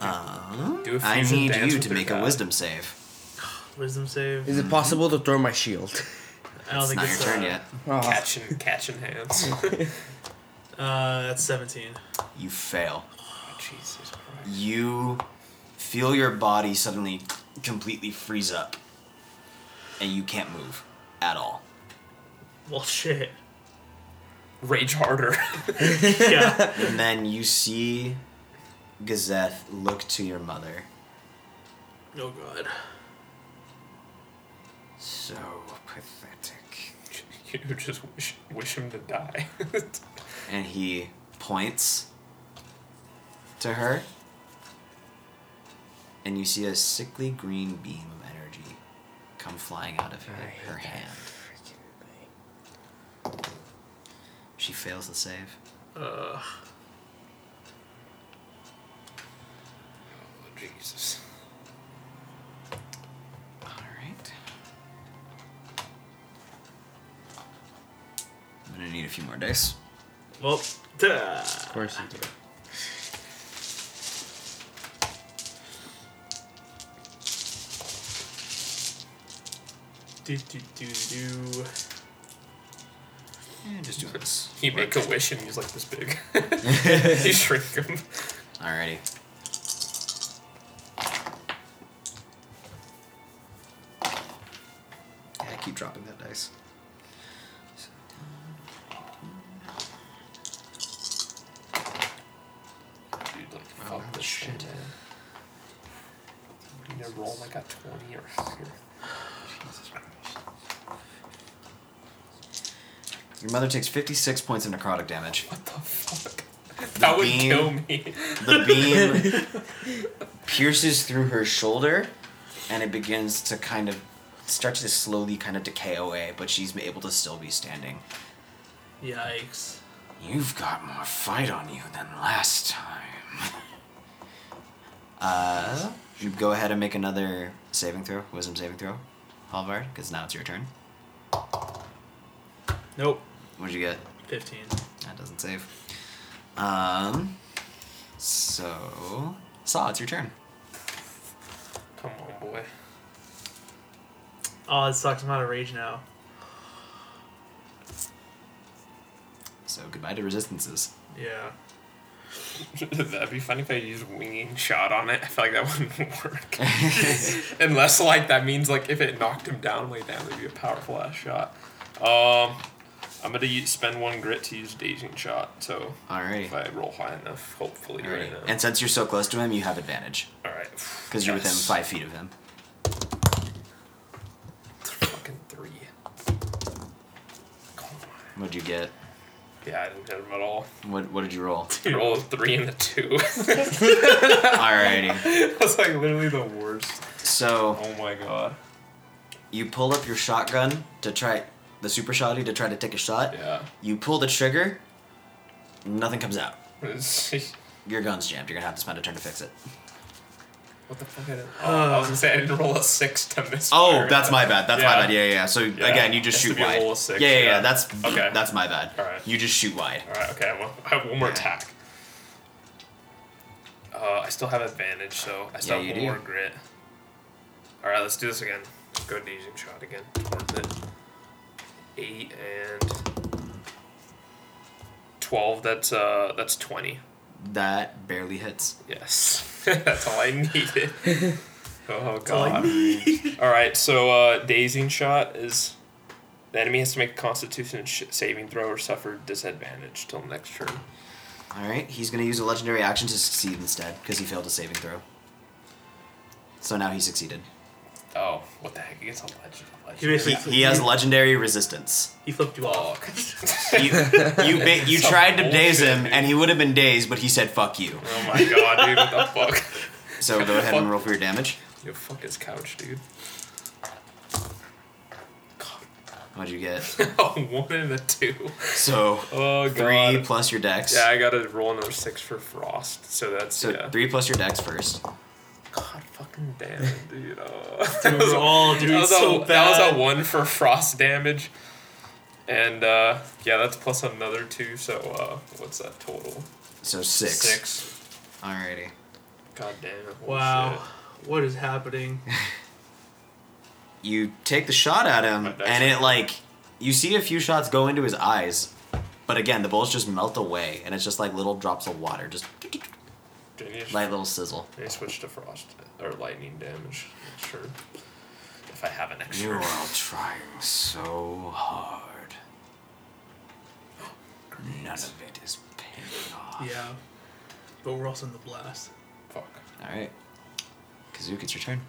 Uh, Do a I fusion need dance you with to your make a god. wisdom save. Wisdom save. Is it possible to throw my shield? I don't It's think not your it's turn uh, yet. Oh, Catching, catching hands. Uh, that's seventeen. You fail. Jesus Christ. You feel your body suddenly completely freeze up, and you can't move at all. Well, shit. Rage harder. Yeah. And then you see Gazeth look to your mother. oh god. So pathetic. you just wish, wish him to die. Oh, and he points to her and you see a sickly green beam of energy come flying out of her, her hand she fails the save Uh, Jesus. all right i'm gonna need a few more dice well. duh. of course you do. Do do do do. yeah, just doing this You make a wish and he's like this big. you shrink him. Alrighty. I keep dropping that dice. Dude, like, fuck that this Oh, shit. shit. Man. You need to roll like a 20 or higher. Your mother takes 56 points of necrotic damage. What the fuck? That would beam. kill me. The beam pierces through her shoulder and it begins to kind of start to slowly kind of decay away, but she's able to still be standing. Yikes. You've got more fight on you than last time. Uh, you go ahead and make another saving throw, wisdom saving throw, Halvard, because now it's your turn. Nope. What'd you get? Fifteen. That doesn't save. Um, so, Saw, it's your turn. Come on, boy. Oh, it sucks. I'm out of rage now. So, goodbye to resistances. Yeah. That'd be funny if I used winging shot on it. I feel like that wouldn't work. Unless, like, that means, like, if it knocked him down way down, it'd be a powerful ass shot. Um, I'm gonna use, spend one grit to use dazing shot, so if Alrighty. I roll high enough, hopefully, right Alrighty. now. And since you're so close to him, you have advantage, Alright. because you're within Yes. five feet of him. Fucking three. Come on. What'd you get? Yeah, I didn't hit him at all. What, what did you roll? You roll a three and a two. Alrighty. That's like literally the worst. So, Oh my god. you pull up your shotgun to try the super shotty to try to take a shot. Yeah. You pull the trigger, nothing comes out. It's- Your gun's jammed. You're gonna have to spend a turn to fix it. What the fuck? I, didn't, oh, I was gonna say I didn't roll a six to miss. Oh, fire. that's my bad. That's my Yeah. bad. Yeah, yeah. yeah. So again, you just Has to shoot be a wide. roll of six, yeah, yeah, yeah, yeah. That's Okay. That's my bad. Alright. You just shoot wide. All right. Okay. Well, I have one more Yeah. attack. Uh, I still have advantage, so I still Yeah, have you one do. more grit. All right. Let's do this again. Go dazing shot again. Towards it. Eight and twelve. That's uh. That's twenty. That barely hits. Yes. that's all I needed. Oh That's all I god. All right, so uh, dazing shot is the enemy has to make a Constitution sh- saving throw or suffer disadvantage till next turn. All right, he's gonna use a legendary action to succeed instead because he failed a saving throw. So now he succeeded. Oh, what the heck? He gets a legend. a He legend. Oh, basically He, he has legendary resistance. he flipped you off. You you, ba- you Some tried to daze bullshit, him, dude. and he would have been dazed, but he said "fuck you." Oh my god, dude! What the fuck? So go ahead and roll for your damage. Yo, fuck his couch, dude. What'd you get? Oh, one and a two. So Oh god. three plus your dex. Yeah, I gotta roll another six for frost. So that's So yeah. three plus your dex first. God fucking damn it, dude. Oh. Dude, we're all doing that was, so a, that was bad. a one for frost damage. And uh, yeah, that's plus another two, so uh, what's that total? So six. Six. Alrighty. God damn it. holy Wow, what is happening? You take the shot at My him, dex and is- it like you see a few shots go into his eyes, but again the bullets just melt away, and it's just like little drops of water, just shit. Did he- light little sizzle. did he switch to frost or lightning damage? Not Sure. If I have an You extra. are trying so hard. None of it is paying off. Yeah, but we're also in the blast. Fuck. All right, Kazook, it's your turn.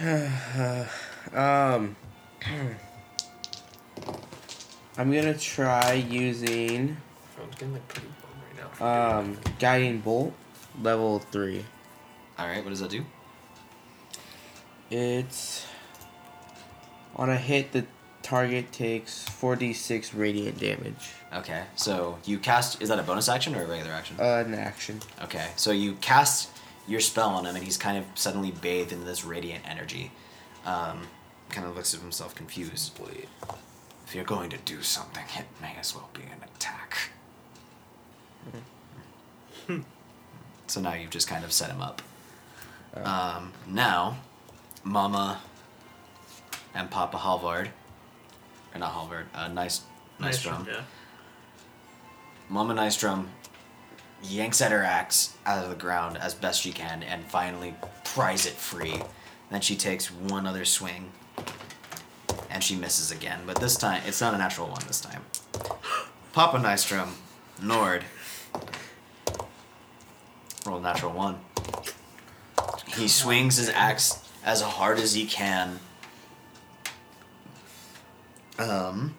Um, I'm gonna try using I'm getting like pretty bummed right now. um guiding bolt level three. All right, what does that do? It's on a hit the target takes 4d6 radiant damage. Okay, so you cast. Is that a bonus action or a regular action? Uh, an action. Okay, so you cast your spell on him, and he's kind of suddenly bathed in this radiant energy. Um, kind of looks at himself confused. If you're going to do something, it may as well be an attack. Mm-hmm. Hmm. so now you've just kind of set him up. Um, now, Mama and Papa Halvard, or not Halvard, uh, nice, nice, Nice drum. one, yeah. Mama Nystrom yanks at her axe out of the ground as best she can and finally pries it free. then she takes one other swing and she misses again, but this time it's not a natural one this time. Papa Nystrom, Nord, roll a natural one. He swings his axe as hard as he can. Um,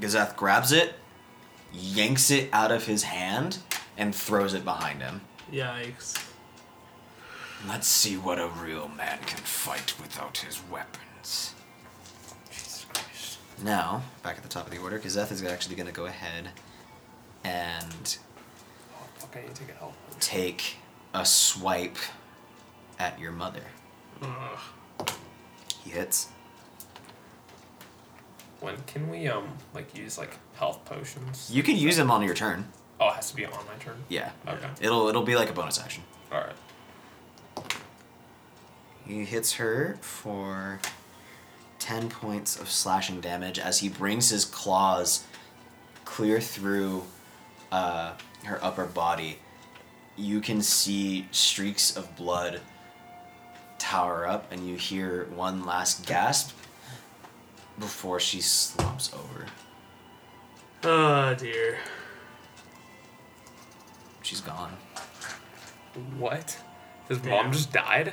Gazath grabs it yanks it out of his hand and throws it behind him. Yikes! Let's see what a real man can fight without his weapons. Jesus Christ. Now, back at the top of the order, Kazeth is actually going to go ahead and Oh, fuck, I need to get help. take a swipe at your mother. Ugh. He hits. When can we um like use like health potions? You can use him on your turn. Oh, it has to be on my turn. Yeah. Okay. It'll it'll be like a bonus action. All right. He hits her for 10 points of slashing damage as he brings his claws clear through uh, her upper body. You can see streaks of blood tower up, and you hear one last gasp before she slumps over. Oh dear. She's gone. What? His Damn. mom just died?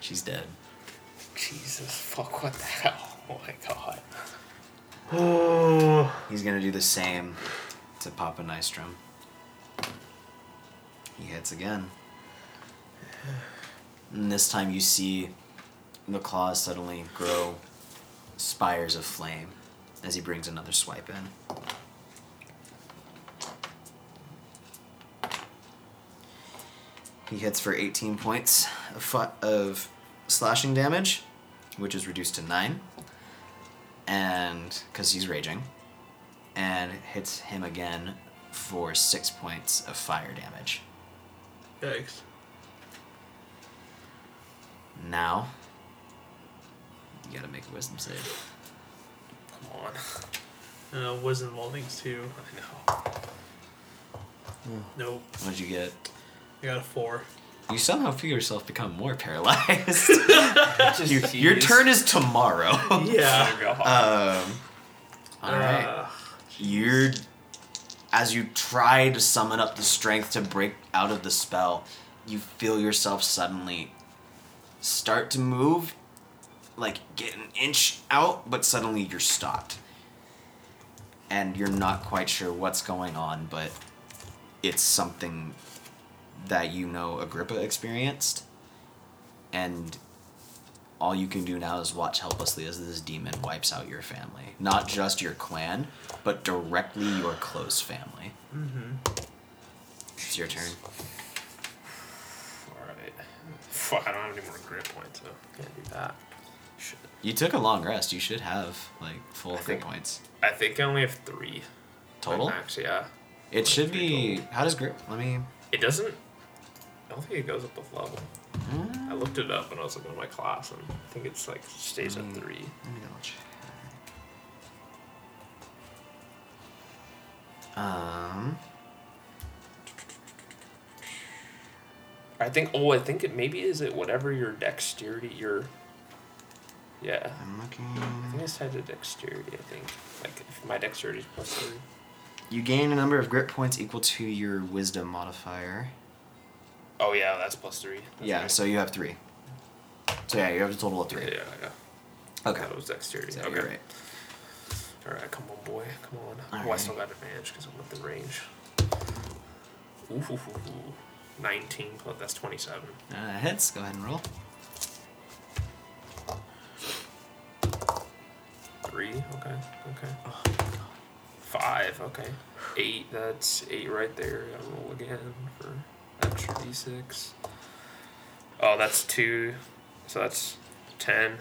She's dead. Jesus fuck, what the hell? Oh my god. Oh. He's gonna do the same to Papa Nystrom. He hits again. And this time you see the claws suddenly grow spires of flame as he brings another swipe in. He hits for 18 points of, fu- of slashing damage, which is reduced to 9. And, because he's raging and hits him again for six points of fire damage. Yikes. Now, you gotta make a wisdom save. Come on. Uh, was involving too. I know. Nope. What'd you get? I got a four. You somehow feel yourself become more paralyzed. Just You- your keys. turn is tomorrow. Yeah. Go hard. Um, Oh. all right. Uh, You're as you try to summon up the strength to break out of the spell, you feel yourself suddenly start to move, like get an inch out, but suddenly you're stopped. And you're not quite sure what's going on, but it's something that you know Agrippa experienced. And all you can do now is watch helplessly as this demon wipes out your family. Not just your clan, but directly your close family. Mm-hmm. It's your turn. All right. Fuck, I don't have any more grit points, so can't do that. Shit. You took a long rest. You should have, like, full I grit think- points. I think I only have three. Total? Like, max, yeah. It should be. How does grit. Let me. It doesn't. I don't think it goes up with level. I looked it up when I was looking at my class, and I think it's like stays at three. Let me double check. Um. I think. Oh, I think it maybe is it whatever your dexterity your. Yeah, I'm I looking. think it's tied to dexterity. I think like if my dexterity is plus three. You gain a number of grit points equal to your wisdom modifier. Oh yeah, that's plus three. That's Yeah, right. so you have three. So yeah, you have a total of yeah, three. yeah, yeah. Okay. That was dexterity. So okay. you're right. All right, come on, boy, come on. All oh, I right. still got advantage because I'm at the range. Ooh, ooh, ooh, ooh. nineteen plus that's twenty-seven. Uh, hits. Go ahead and roll. Three, okay, okay. Five, okay. Eight, that's eight right there. I roll again for extra d6. Oh, that's two, so that's ten,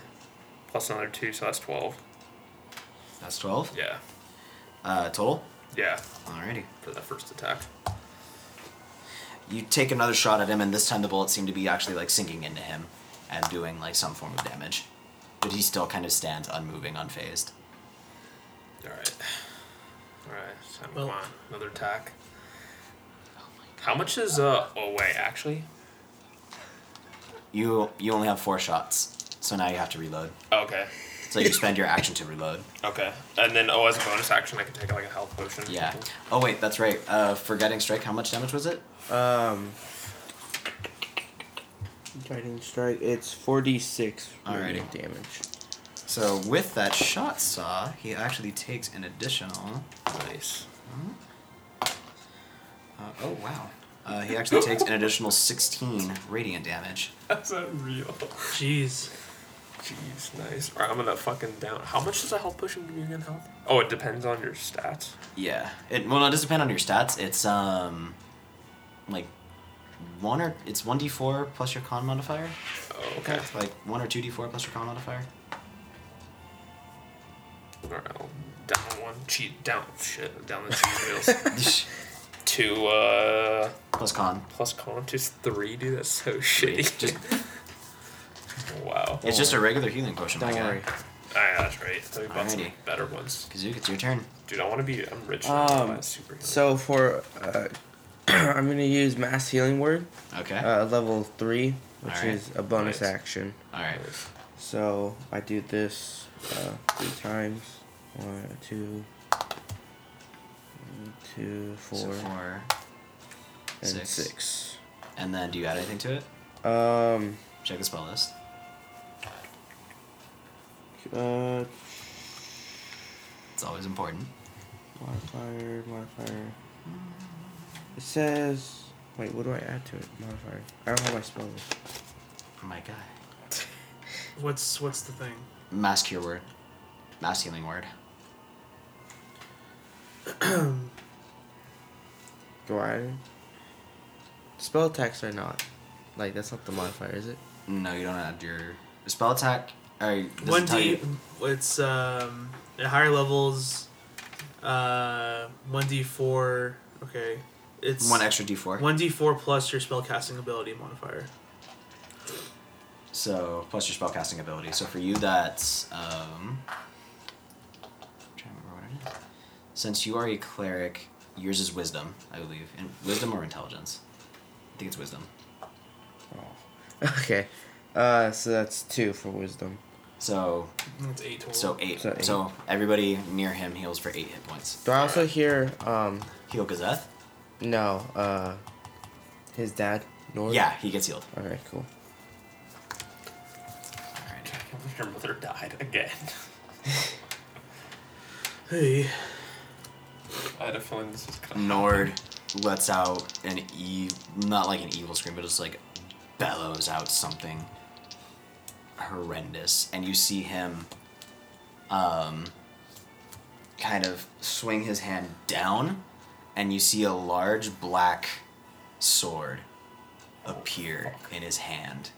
plus another two, so that's twelve. That's twelve. Yeah, Uh, total. yeah, Alrighty. for that first attack. You take another shot at him, and this time the bullets seem to be actually like sinking into him and doing like some form of damage, but he still kind of stands unmoving, unfazed. All right, all right. So Well- come on, another attack. How much is uh? Oh wait, actually. You you only have four shots, so now you have to reload. Okay. So you spend your action to reload. Okay. And then oh, as a bonus action, I can take like a health potion. or Yeah. something. Oh wait, that's right. Uh, forgetting strike. How much damage was it? Um, guiding strike. It's four d six Alrighty. damage. So with that shot saw, he actually takes an additional. Nice. Uh, oh wow. Uh, he actually takes an additional 16 radiant damage. That's unreal. jeez. Jeez, nice. All right, I'm gonna fucking down. How much does a health potion give you again? Health? Oh, it depends on your stats. Yeah. It well, no, it does depend on your stats. It's um, like one or it's one d four plus your con modifier. Oh, okay. It's like one or two d four plus your con modifier. All right. I'll down one. Cheat down. Shit. Down the cheat wheels. Two. Uh. plus con. Plus con is three, dude. That's so shitty. Just wow. it's just a regular healing potion. Don't my worry. Ah, yeah, that's right. So we bought some Alrighty. better ones. Kazook, it's your turn. Dude, I want to be. I'm rich. and I wanna Um, buy a super healer. so for uh, I'm gonna use mass healing word, Okay. uh, level three, which Alright. is a bonus Nice. action. All right. So I do this uh, three times. One, two, two, four, So four. and six. six. And then do you add anything to it? Um, Check the spell list. uh, It's always important. modifier, modifier. It says. Wait, what do I add to it? Modifier. I don't have my spell list. My guy. What's what's the thing? Mass cure word. Mass healing word. Do I? Spell attacks are not. Like, that's not the modifier, is it? No, you don't add your spell attack. All right. does it One tell D. you- It's um at higher levels. Uh, one D four. Okay, it's One extra d4. One D four plus your spellcasting ability modifier. So plus your spellcasting ability. So for you, that's um. trying to remember what it is. Since you are a cleric, yours is wisdom, I believe, and wisdom or intelligence. I think it's wisdom. Oh. Okay. Uh, so that's two for wisdom. So That's eight total. so eight. So So, eight. everybody near him heals for eight hit points. Do I also hear um Heal Gazeth? no uh his dad Nord? Yeah, he gets healed. Okay, cool. Alright. I can't believe your mother died again. Hey. I had a feeling this was coming. Nord lets out an e not like an evil scream, but just like bellows out something horrendous. And you see him um kind of swing his hand down and you see a large black sword appear in his hand.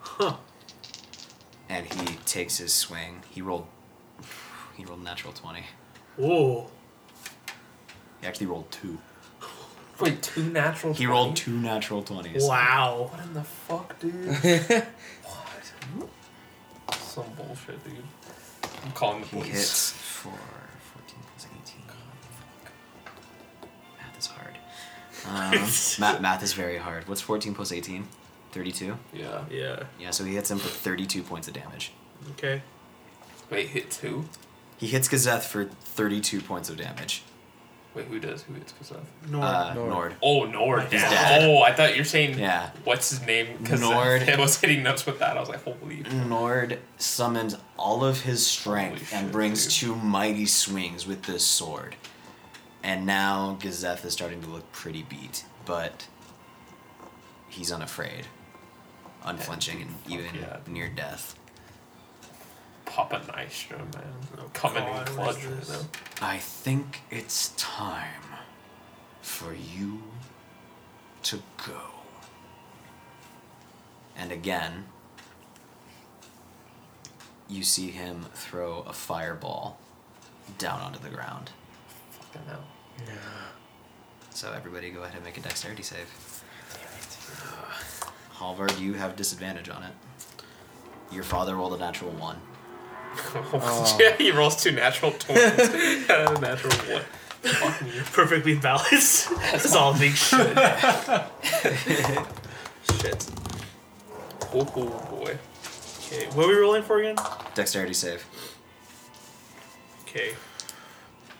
Huh. And he takes his swing. He rolled he rolled natural twenty. Whoa. He actually rolled two. Wait, two natural. He rolled 20? two natural twenties. Wow. What in the fuck, dude? what? Some bullshit, dude. I'm calling the He police. hits for 14 plus 18. Math is hard. Um, math, math is very hard. What's 14 plus 18? 32? Yeah. Yeah. Yeah, so he hits him for 32 points of damage. Okay. Wait, hit two? He hits Gazeth for 32 points of damage. Wait, who does? Who hits Kazeth? Nord. Uh, Nord. Nord. Oh, Nord. He's yeah. dead. Oh, I thought you were saying Yeah. what's his name? Because Nord. I was hitting nuts with that. I was like, holy. Nord summons all of his strength Holy and shit, brings dude. two mighty swings with this sword. And now Gazeth is starting to look pretty beat, but he's unafraid, unflinching, and Fuck even yeah. near death. Papa Nystra, man. Coming Oh, God, in what clutch is right this? now. I think it's time for you to go. And again, you see him throw a fireball down onto the ground. Fucking hell. So everybody go ahead and make a dexterity save. Halvard, you have disadvantage on it. Your father rolled a natural one. Oh. yeah, he rolls two natural twenties. uh, natural one. Fuck me. Perfectly balanced. this is all big shit. shit. Oh, oh, boy. Okay. What are we rolling for again? Dexterity save. Okay.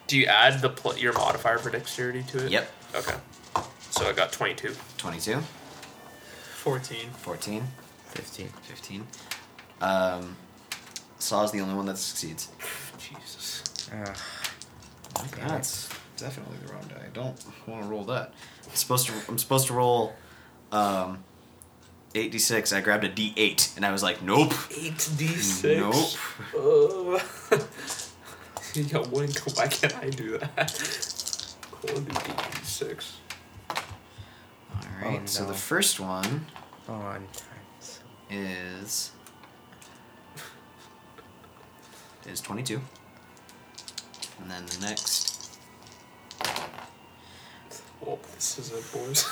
Do you add the pl- your modifier for dexterity to it? Yep. Okay. So I got 22. 22, 14. 14, Fifteen. 15. Um, Saw's the only one that succeeds. Jesus. Uh, That's definitely the wrong die. I don't want to roll that. I'm supposed to. I'm supposed to roll, um, eight d six. I grabbed a d eight, and I was like, nope, 8d6. nope. Uh, yo, Winko, why can't I do that? Holy d6. All right. Oh, So no. the first one on. is is twenty two, and then the next Well, Oh, this is it, boys.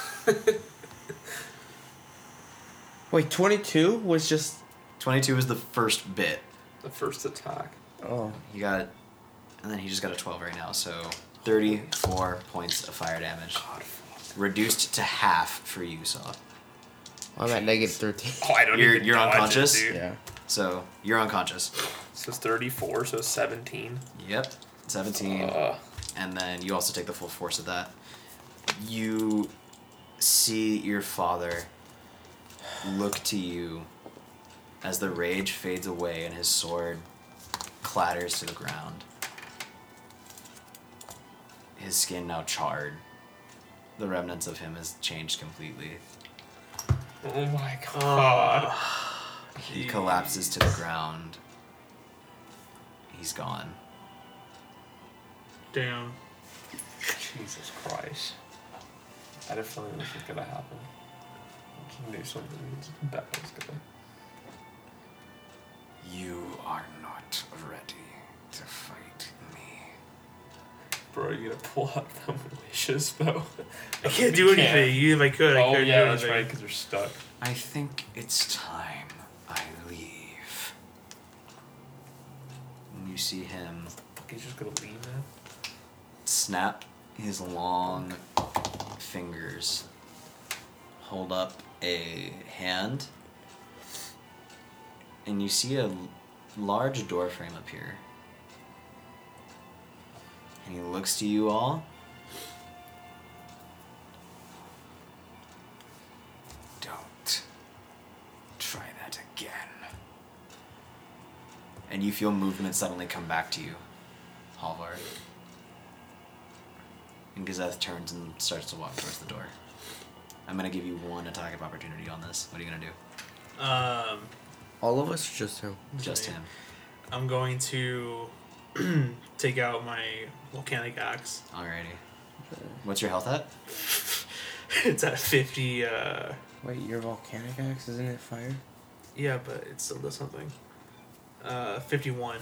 Wait, twenty two was just twenty two is the first bit. the first attack. oh He got, and then he just got a twelve right now. So thirty four points of fire damage, God, fuck. reduced to half for you, Saw. I'm at negative thirteen. Oh, I don't You're- even you're dodge it, unconscious? dude. Yeah. So you're unconscious. So it's 34, so 17. Yep. 17. Uh, and then you also take the full force of that. You see your father look to you as the rage fades away and his sword clatters to the ground. His skin now charred. The remnants of him has changed completely. oh my god. He collapses to the ground. He's gone. Damn. Jesus Christ. I had a feeling this was gonna happen. I just knew something bad was gonna You are not ready to fight me. Bro, you're gonna pull out them wishes though. I can't do anything. Even if I could, I Oh couldn't yeah, do that's anything. right, because they're stuck. I think it's time I leave. And you see him He's just gonna leave now. snap his long fingers hold up a hand, and you see a l- large door frame appear. And he looks to you all. Don't try that again. And you feel movement suddenly come back to you, Halvard. And Gazeth turns and starts to walk towards the door. I'm gonna give you one attack of opportunity on this. What are you gonna do? Um, All of us, or just him. Just okay. him. I'm going to take out my volcanic axe. Alrighty. What's your health at? it's at 50. Uh, Wait, your volcanic axe isn't it fire? yeah, but it still does something. Uh, 51,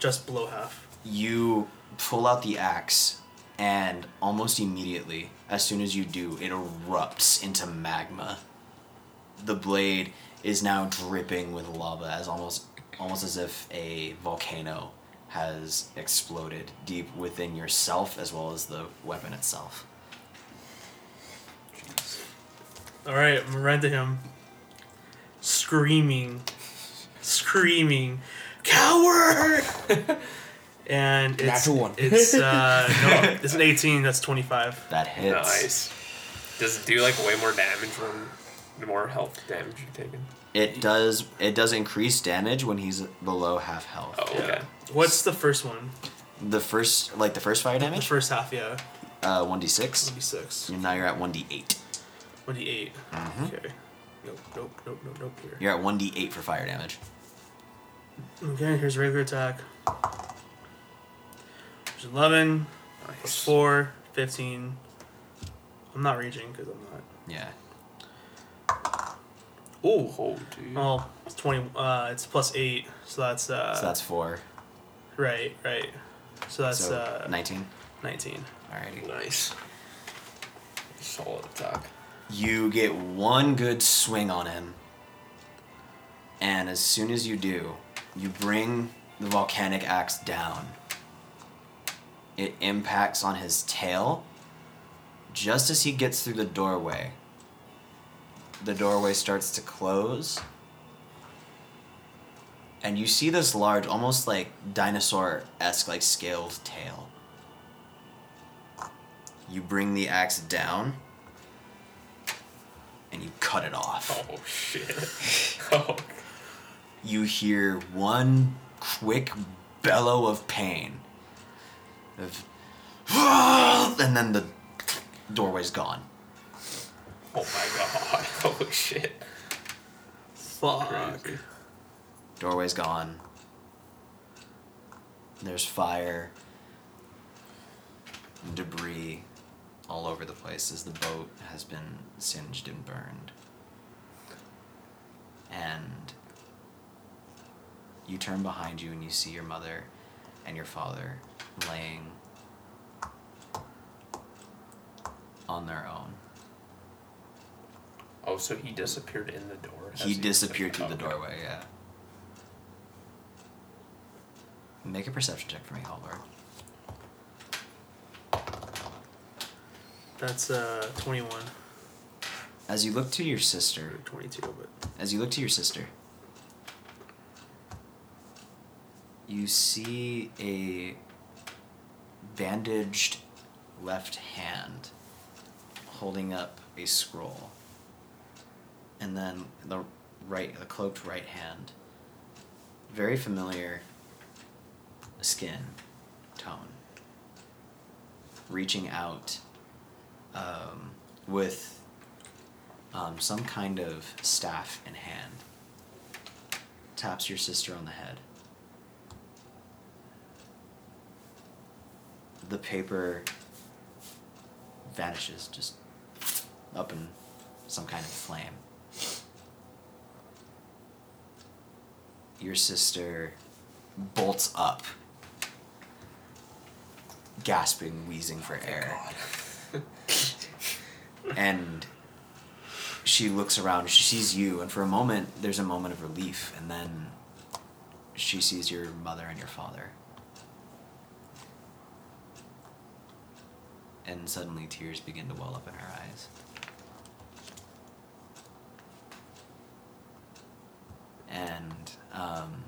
just below half. You pull out the axe, and almost immediately, as soon as you do, it erupts into magma. The blade is now dripping with lava, as almost almost as if a volcano has exploded deep within yourself as well as the weapon itself. All right, I'm gonna run to him, screaming, screaming, coward! and it's Natural one. it's uh, no, it's an 18. That's 25. That hits. Nice. Does it do like way more damage when the more health damage you're taking? It does it does increase damage when he's below half health. Oh, okay. What's the first one? The first like the first fire The damage, first half, yeah. uh, one d six. One d six. Now you're at one d eight. One d eight. Mm-hmm. Okay. Nope. Nope. Nope. Nope. Nope. Here. You're at one d eight for fire damage. Okay, here's regular attack. There's 11, plus 4, 15. I'm not raging because I'm not. Yeah. Ooh. Oh, dude. Oh, it's 20. Uh, it's plus 8, so that's. Uh, So that's four. Right, right. So that's so uh, nineteen. 19. Alrighty. Nice. Solid attack. You get one good swing on him. And as soon as you do, you bring the volcanic axe down. It impacts on his tail. Just as he gets through the doorway, the doorway starts to close. And you see this large, almost like dinosaur esque, like scaled tail. You bring the axe down and you cut it off. Oh shit. Oh. you hear one quick bellow of pain. Of, and then the doorway's gone. Oh my god. Oh shit. Fuck. Crazy. Doorway's gone. There's fire, and debris all over the place as the boat has been singed and burned. And you turn behind you and you see your mother and your father laying on their own. Oh, so he disappeared in the door. as He disappeared oh, through the okay. doorway, yeah. Make a perception check for me, Halvard. That's uh, 21. As you look to your Or sister, 22, but. as you look to your sister, you see a bandaged left hand holding up a scroll. And then the right, the cloaked right hand, very familiar skin tone, reaching out um, with um, some kind of staff in hand. Taps your sister on the head. The paper vanishes just up in some kind of flame. Your sister bolts up, gasping, wheezing for air. and she looks around she sees you and for a moment there's a moment of relief and then she sees your mother and your father and suddenly tears begin to well up in her eyes and um,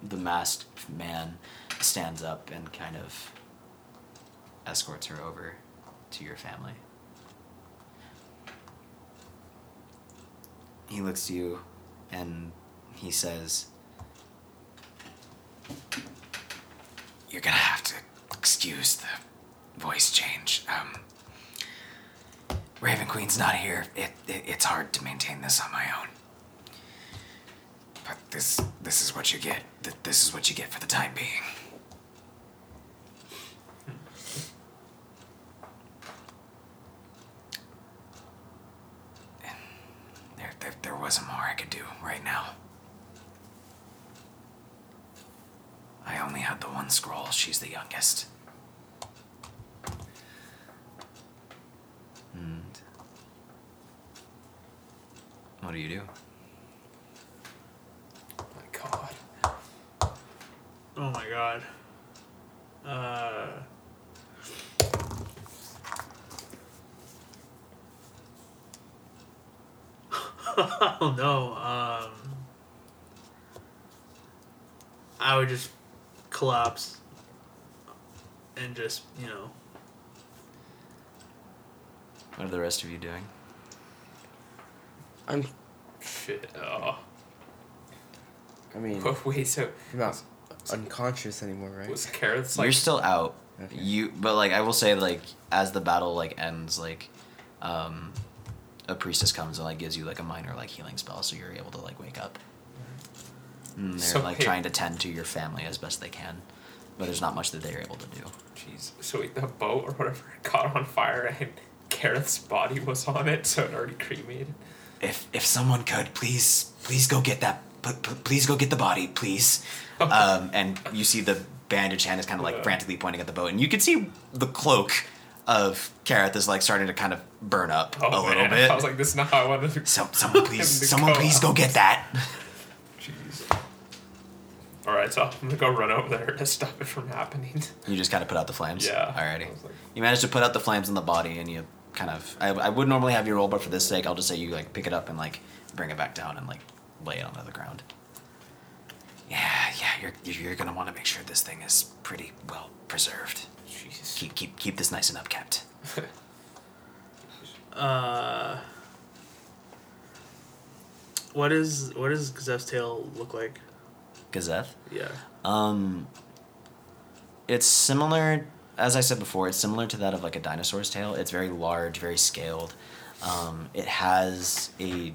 the masked man stands up and kind of escorts her over to your family. He looks to you and he says, You're gonna have to excuse the voice change. Um, Raven Queen's not here. It, it, it's hard to maintain this on my own. But this this is what you get. Th- This is what you get for the time being. There, there, there wasn't more I could do right now. I only had the one scroll. She's the youngest. And what do you do? My God. Oh my god. Uh. oh no. Um. I would just collapse and just you know What are the rest of you doing? I'm. Shit. Oh. I Hmm. mean, Wait. So you're not unconscious anymore, right? was Carrots like? You're still out. Okay. You, but like I will say, like as the battle like ends, like um, a priestess comes and like gives you like a minor like healing spell, so you're able to like wake up. And they're So, like hey- trying to tend to your family as best they can, but there's not much that they're able to do. Jeez. So wait, the boat or whatever caught on fire and Carrots' body was on it, so it already cremated. If if someone could please please go get that p- p- please go get the body please, um, and you see the bandage hand is kind of like Yeah. frantically pointing at the boat, and you can see the cloak of Kareth is like starting to kind of burn up Oh, a little man. bit. I was like, this is not how I wanted to. So, someone please, Him to someone go please go get that. Jeez. All right, so I'm gonna go run over there to stop it from happening. You just kind of put out the flames. Yeah. Alrighty. I was like- You managed to put out the flames on the body, and you kind of. I, I would normally have you roll, but for this sake, I'll just say you like pick it up and like bring it back down and like lay it onto the ground. Yeah, yeah. You're you're gonna want to make sure this thing is pretty well preserved. Jeez. Keep keep keep this nice and upkept. uh what is what does Zev's tail look like? Gazeth. Yeah. Um, it's similar, as I said before, it's similar to that of like a dinosaur's tail. It's very large, very scaled. Um, it has a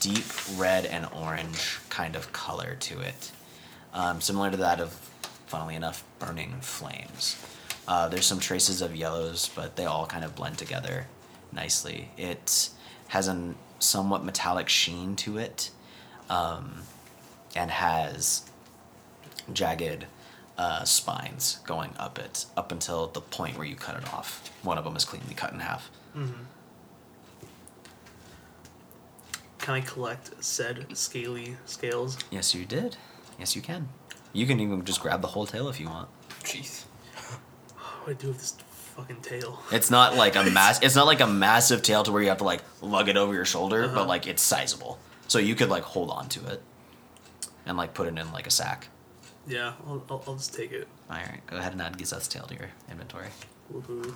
deep red and orange kind of color to it, um, similar to that of, funnily enough, burning flames. Uh, there's some traces of yellows, but they all kind of blend together nicely. It has a somewhat metallic sheen to it, um, and has jagged uh, spines going up it up until the point where you cut it off. One of them is cleanly cut in half. Can I collect said scaly scales? Yes, you did. Yes, you can. You can even just grab the whole tail if you want. Jeez. What do I do with this fucking tail? It's not like a mass. It's not like a massive tail to where you have to like lug it over your shoulder, Uh-huh. but like it's sizable, so you could like hold on to it, and like put it in like a sack. Yeah, I'll, I'll, I'll just take it. All right, go ahead and add Gizeth's tail to your inventory. Woohoo.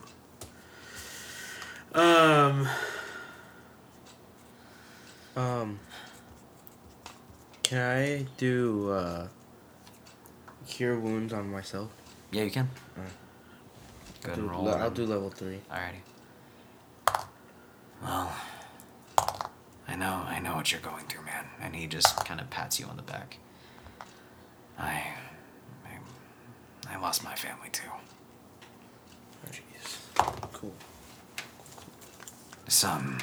Um, Um. Can I do uh, cure wounds on myself? Yeah, you can. Alright. Go I'll ahead do, and roll. le- I'll and- do level three. Alrighty. Well, I know, I know what you're going through, man. And he just kind of pats you on the back. I, I, I lost my family too. Cool. Some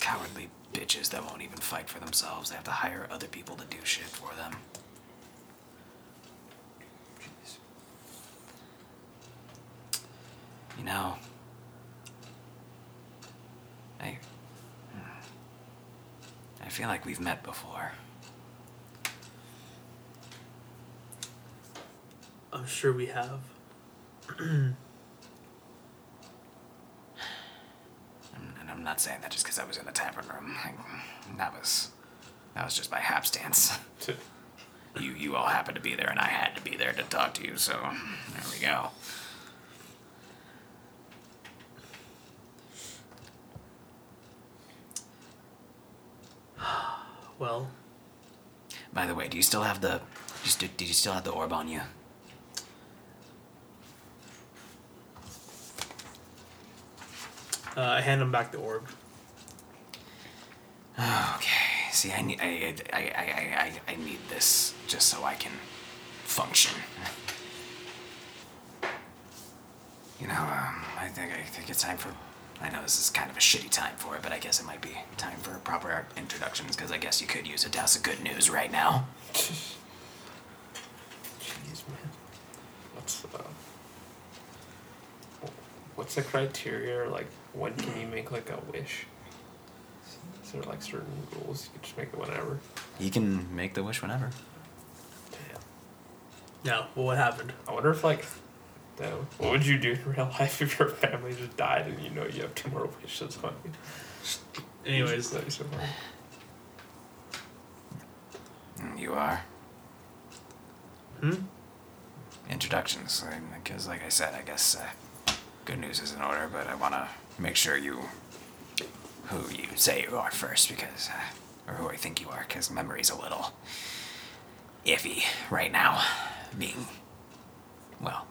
cowardly bitches that won't even fight for themselves. They have to hire other people to do shit for them. You know, I hmm. I feel like we've met before. I'm sure we have. And, and I'm not saying that just because I was in the tavern room. Like, that was that was just by hapstance. T- You you all happened to be there, and I had to be there to talk to you. So there we go. Well, By the way, do you still have the? Just, did you still have the orb on you? uh, I hand him back the orb. Okay. See, I need I I, I, I, I I need this just so I can function. You know, um, I think I think it's time for. I know this is kind of a shitty time for it, but I guess it might be time for proper introductions because I guess you could use a dose of good news right now. Jeez, man. What's uh, what's the criteria? Like, when can you make like a wish? Is there like certain rules? You can just make it whenever. You can make the wish whenever. Damn. No, well, what happened? I wonder if like, though, what would you do in real life if your family just died and you know you have two more wishes on you? Anyways, That'd be so funny. Mm, You are hmm? introductions because, like I said, I guess uh, good news is in order, but I want to make sure you who you say you are first because, uh, or who I think you are, because memory's a little iffy right now. Being well,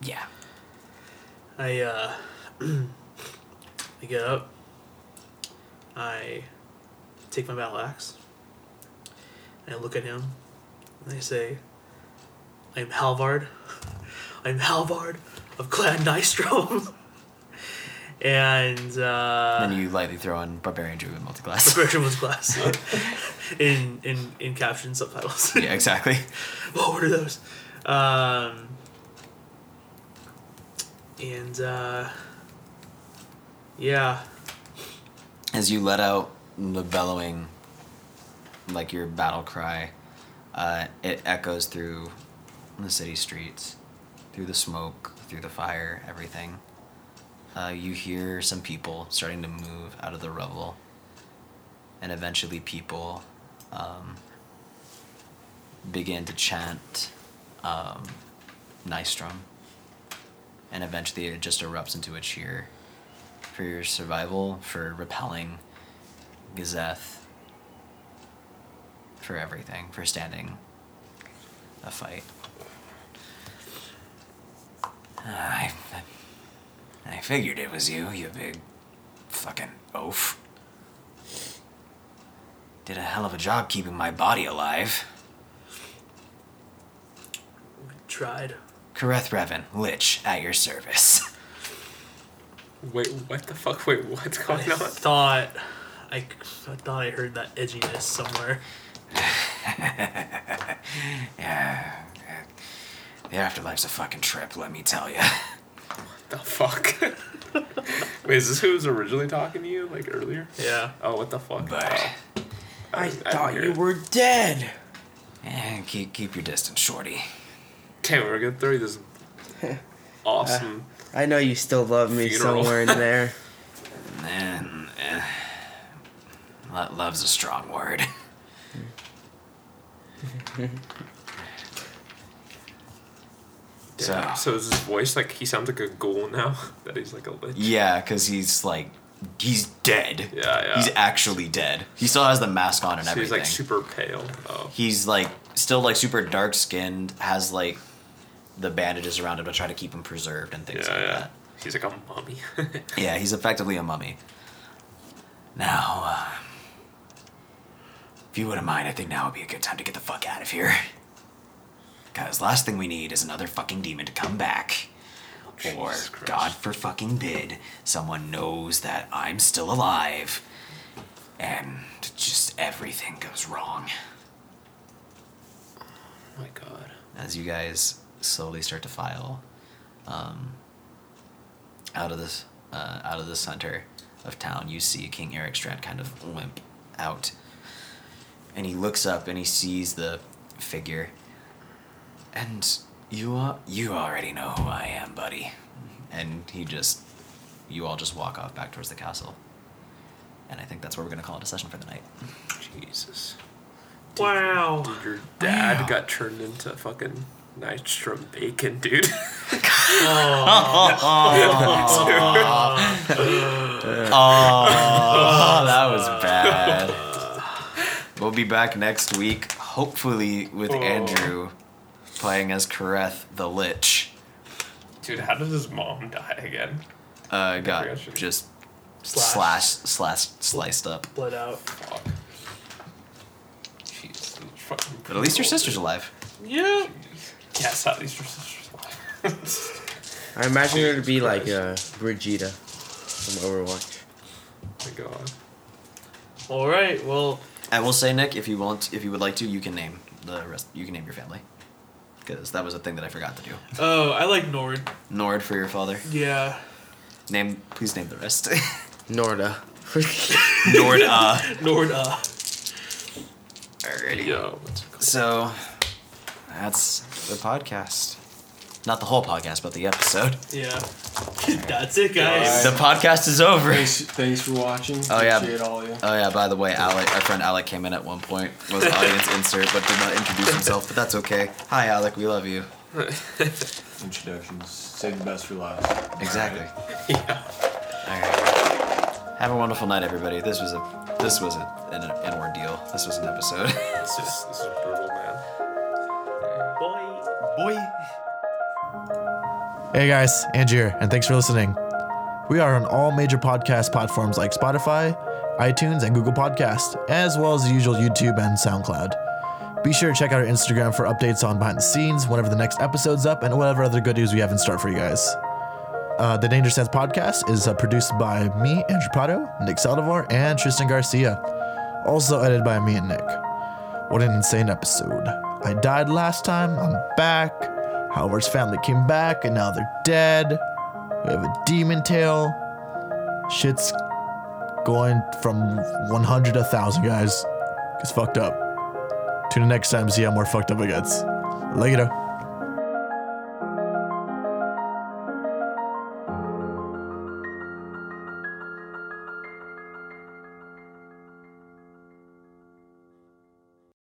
yeah. I uh, I get up. I take my battle axe. And I look at him, and I say, "I'm Halvard. I'm Halvard of Clan Nystrom." and uh, then you lightly throw in barbarian druid multiclass. version was glass in in in caption subtitles. yeah, exactly. Whoa, what are those? Um, and uh, yeah, as you let out the bellowing, like your battle cry, uh, it echoes through the city streets, through the smoke, through the fire, everything. Uh, you hear some people starting to move out of the rubble, and eventually people um, begin to chant um, Nystrom, and eventually it just erupts into a cheer for your survival, for repelling Gazeth, for everything, for standing a fight. Ah, I, I figured it was you, you big fucking oaf. Did a hell of a job keeping my body alive. we tried. Kareth Revan, Lich, at your service. Wait, what the fuck? Wait, what's I going on? thought I, I thought I heard that edginess somewhere. yeah. The afterlife's a fucking trip, let me tell you. The fuck? Wait, is this who was originally talking to you like earlier? Yeah. Oh, what the fuck? But. Oh, I didn't- didn't thought hear you it. were dead. Eh, keep keep your distance, shorty. Damn, we're gonna throw you this awesome. I know you still love me Funeral. somewhere in there. Man, eh, lo- love's a strong word. Damn. so So is his voice like he sounds like a ghoul now that he's like a lich? yeah, cause he's like, he's dead. Yeah, yeah. He's actually dead. He still has the mask on and so he's everything. like super pale. Oh, he's like still like super dark skinned. Has like the bandages around him to try to keep him preserved and yeah, things like yeah. that. He's like a mummy. Oh Yeah, he's effectively a mummy. Now, uh, if you wouldn't mind, I think now would be a good time to get the fuck out of here. Because last thing we need is another fucking demon to come back. or, Jesus Christ. God for fucking bid, someone knows that I'm still alive. And just everything goes wrong. oh my god. As you guys slowly start to file um, out of this uh, out of the center of town, you see King Eric Strand kind of limp out, and he looks up and he sees the figure, and you are you already know who I am, buddy, and he just you all just walk off back towards the castle. And I think that's where we're gonna call it a session for the night. Jesus. Wow. Dude, your dad Wow. got turned into fucking Nystrom bacon, dude. oh. Oh, that was bad. We'll be back next week, hopefully with Oh. Andrew playing as Kareth the Lich. dude, how did his mom die again? Uh, got Progression. just slash Slash. slash sliced up. Blood out. Fuck. Jeez, these fucking But at least your people, sister's alive. Yeah. dude. Yes, at least your sister's alive. I imagine her to be like uh, Brigida from Overwatch. oh my god. All right. Well, I will say, Nick, if you want, if you would like to, you can name the rest. You can name your family, because that was a thing that I forgot to do. oh, I like Nord. Nord for your father. Yeah. Name, please name the rest. Norda. Nord. Uh. Nord. Uh. Alrighty. Yo, what's it called? So, that's the podcast. Not the whole podcast, but the episode. Yeah. That's it, guys. The podcast is over. Thanks, thanks for watching. Oh, yeah. Appreciate all of you. Oh yeah, by the way, Alec, our friend Alec came in at one point, was audience insert, but did not introduce himself, but that's okay. Hi Alec, we love you. Introductions. Save the best for last. Exactly. Alright. Have a wonderful night, everybody. This was a this was a, an, an ordeal. This was an episode. This is, this is brutal, man. Bye. Boy. Hey guys, Andrew here, and thanks for listening. We are on all major podcast platforms like Spotify, iTunes, and Google Podcast, as well as the usual YouTube and SoundCloud. Be sure to check out our Instagram for updates on behind the scenes, whenever the next episode's up, and whatever other good news we have in store for you guys. Uh, the Danger Sense podcast is uh, produced by me, Andrew Prado, Nick Saldivar, and Tristan Garcia. Also edited by me and Nick. What an insane episode. I died last time, I'm back. Howard's family came back, and now they're dead. We have a demon tail. Shit's going from 100 to 1,000, guys. It's fucked up. Tune in next time to see how more fucked up it gets. Later.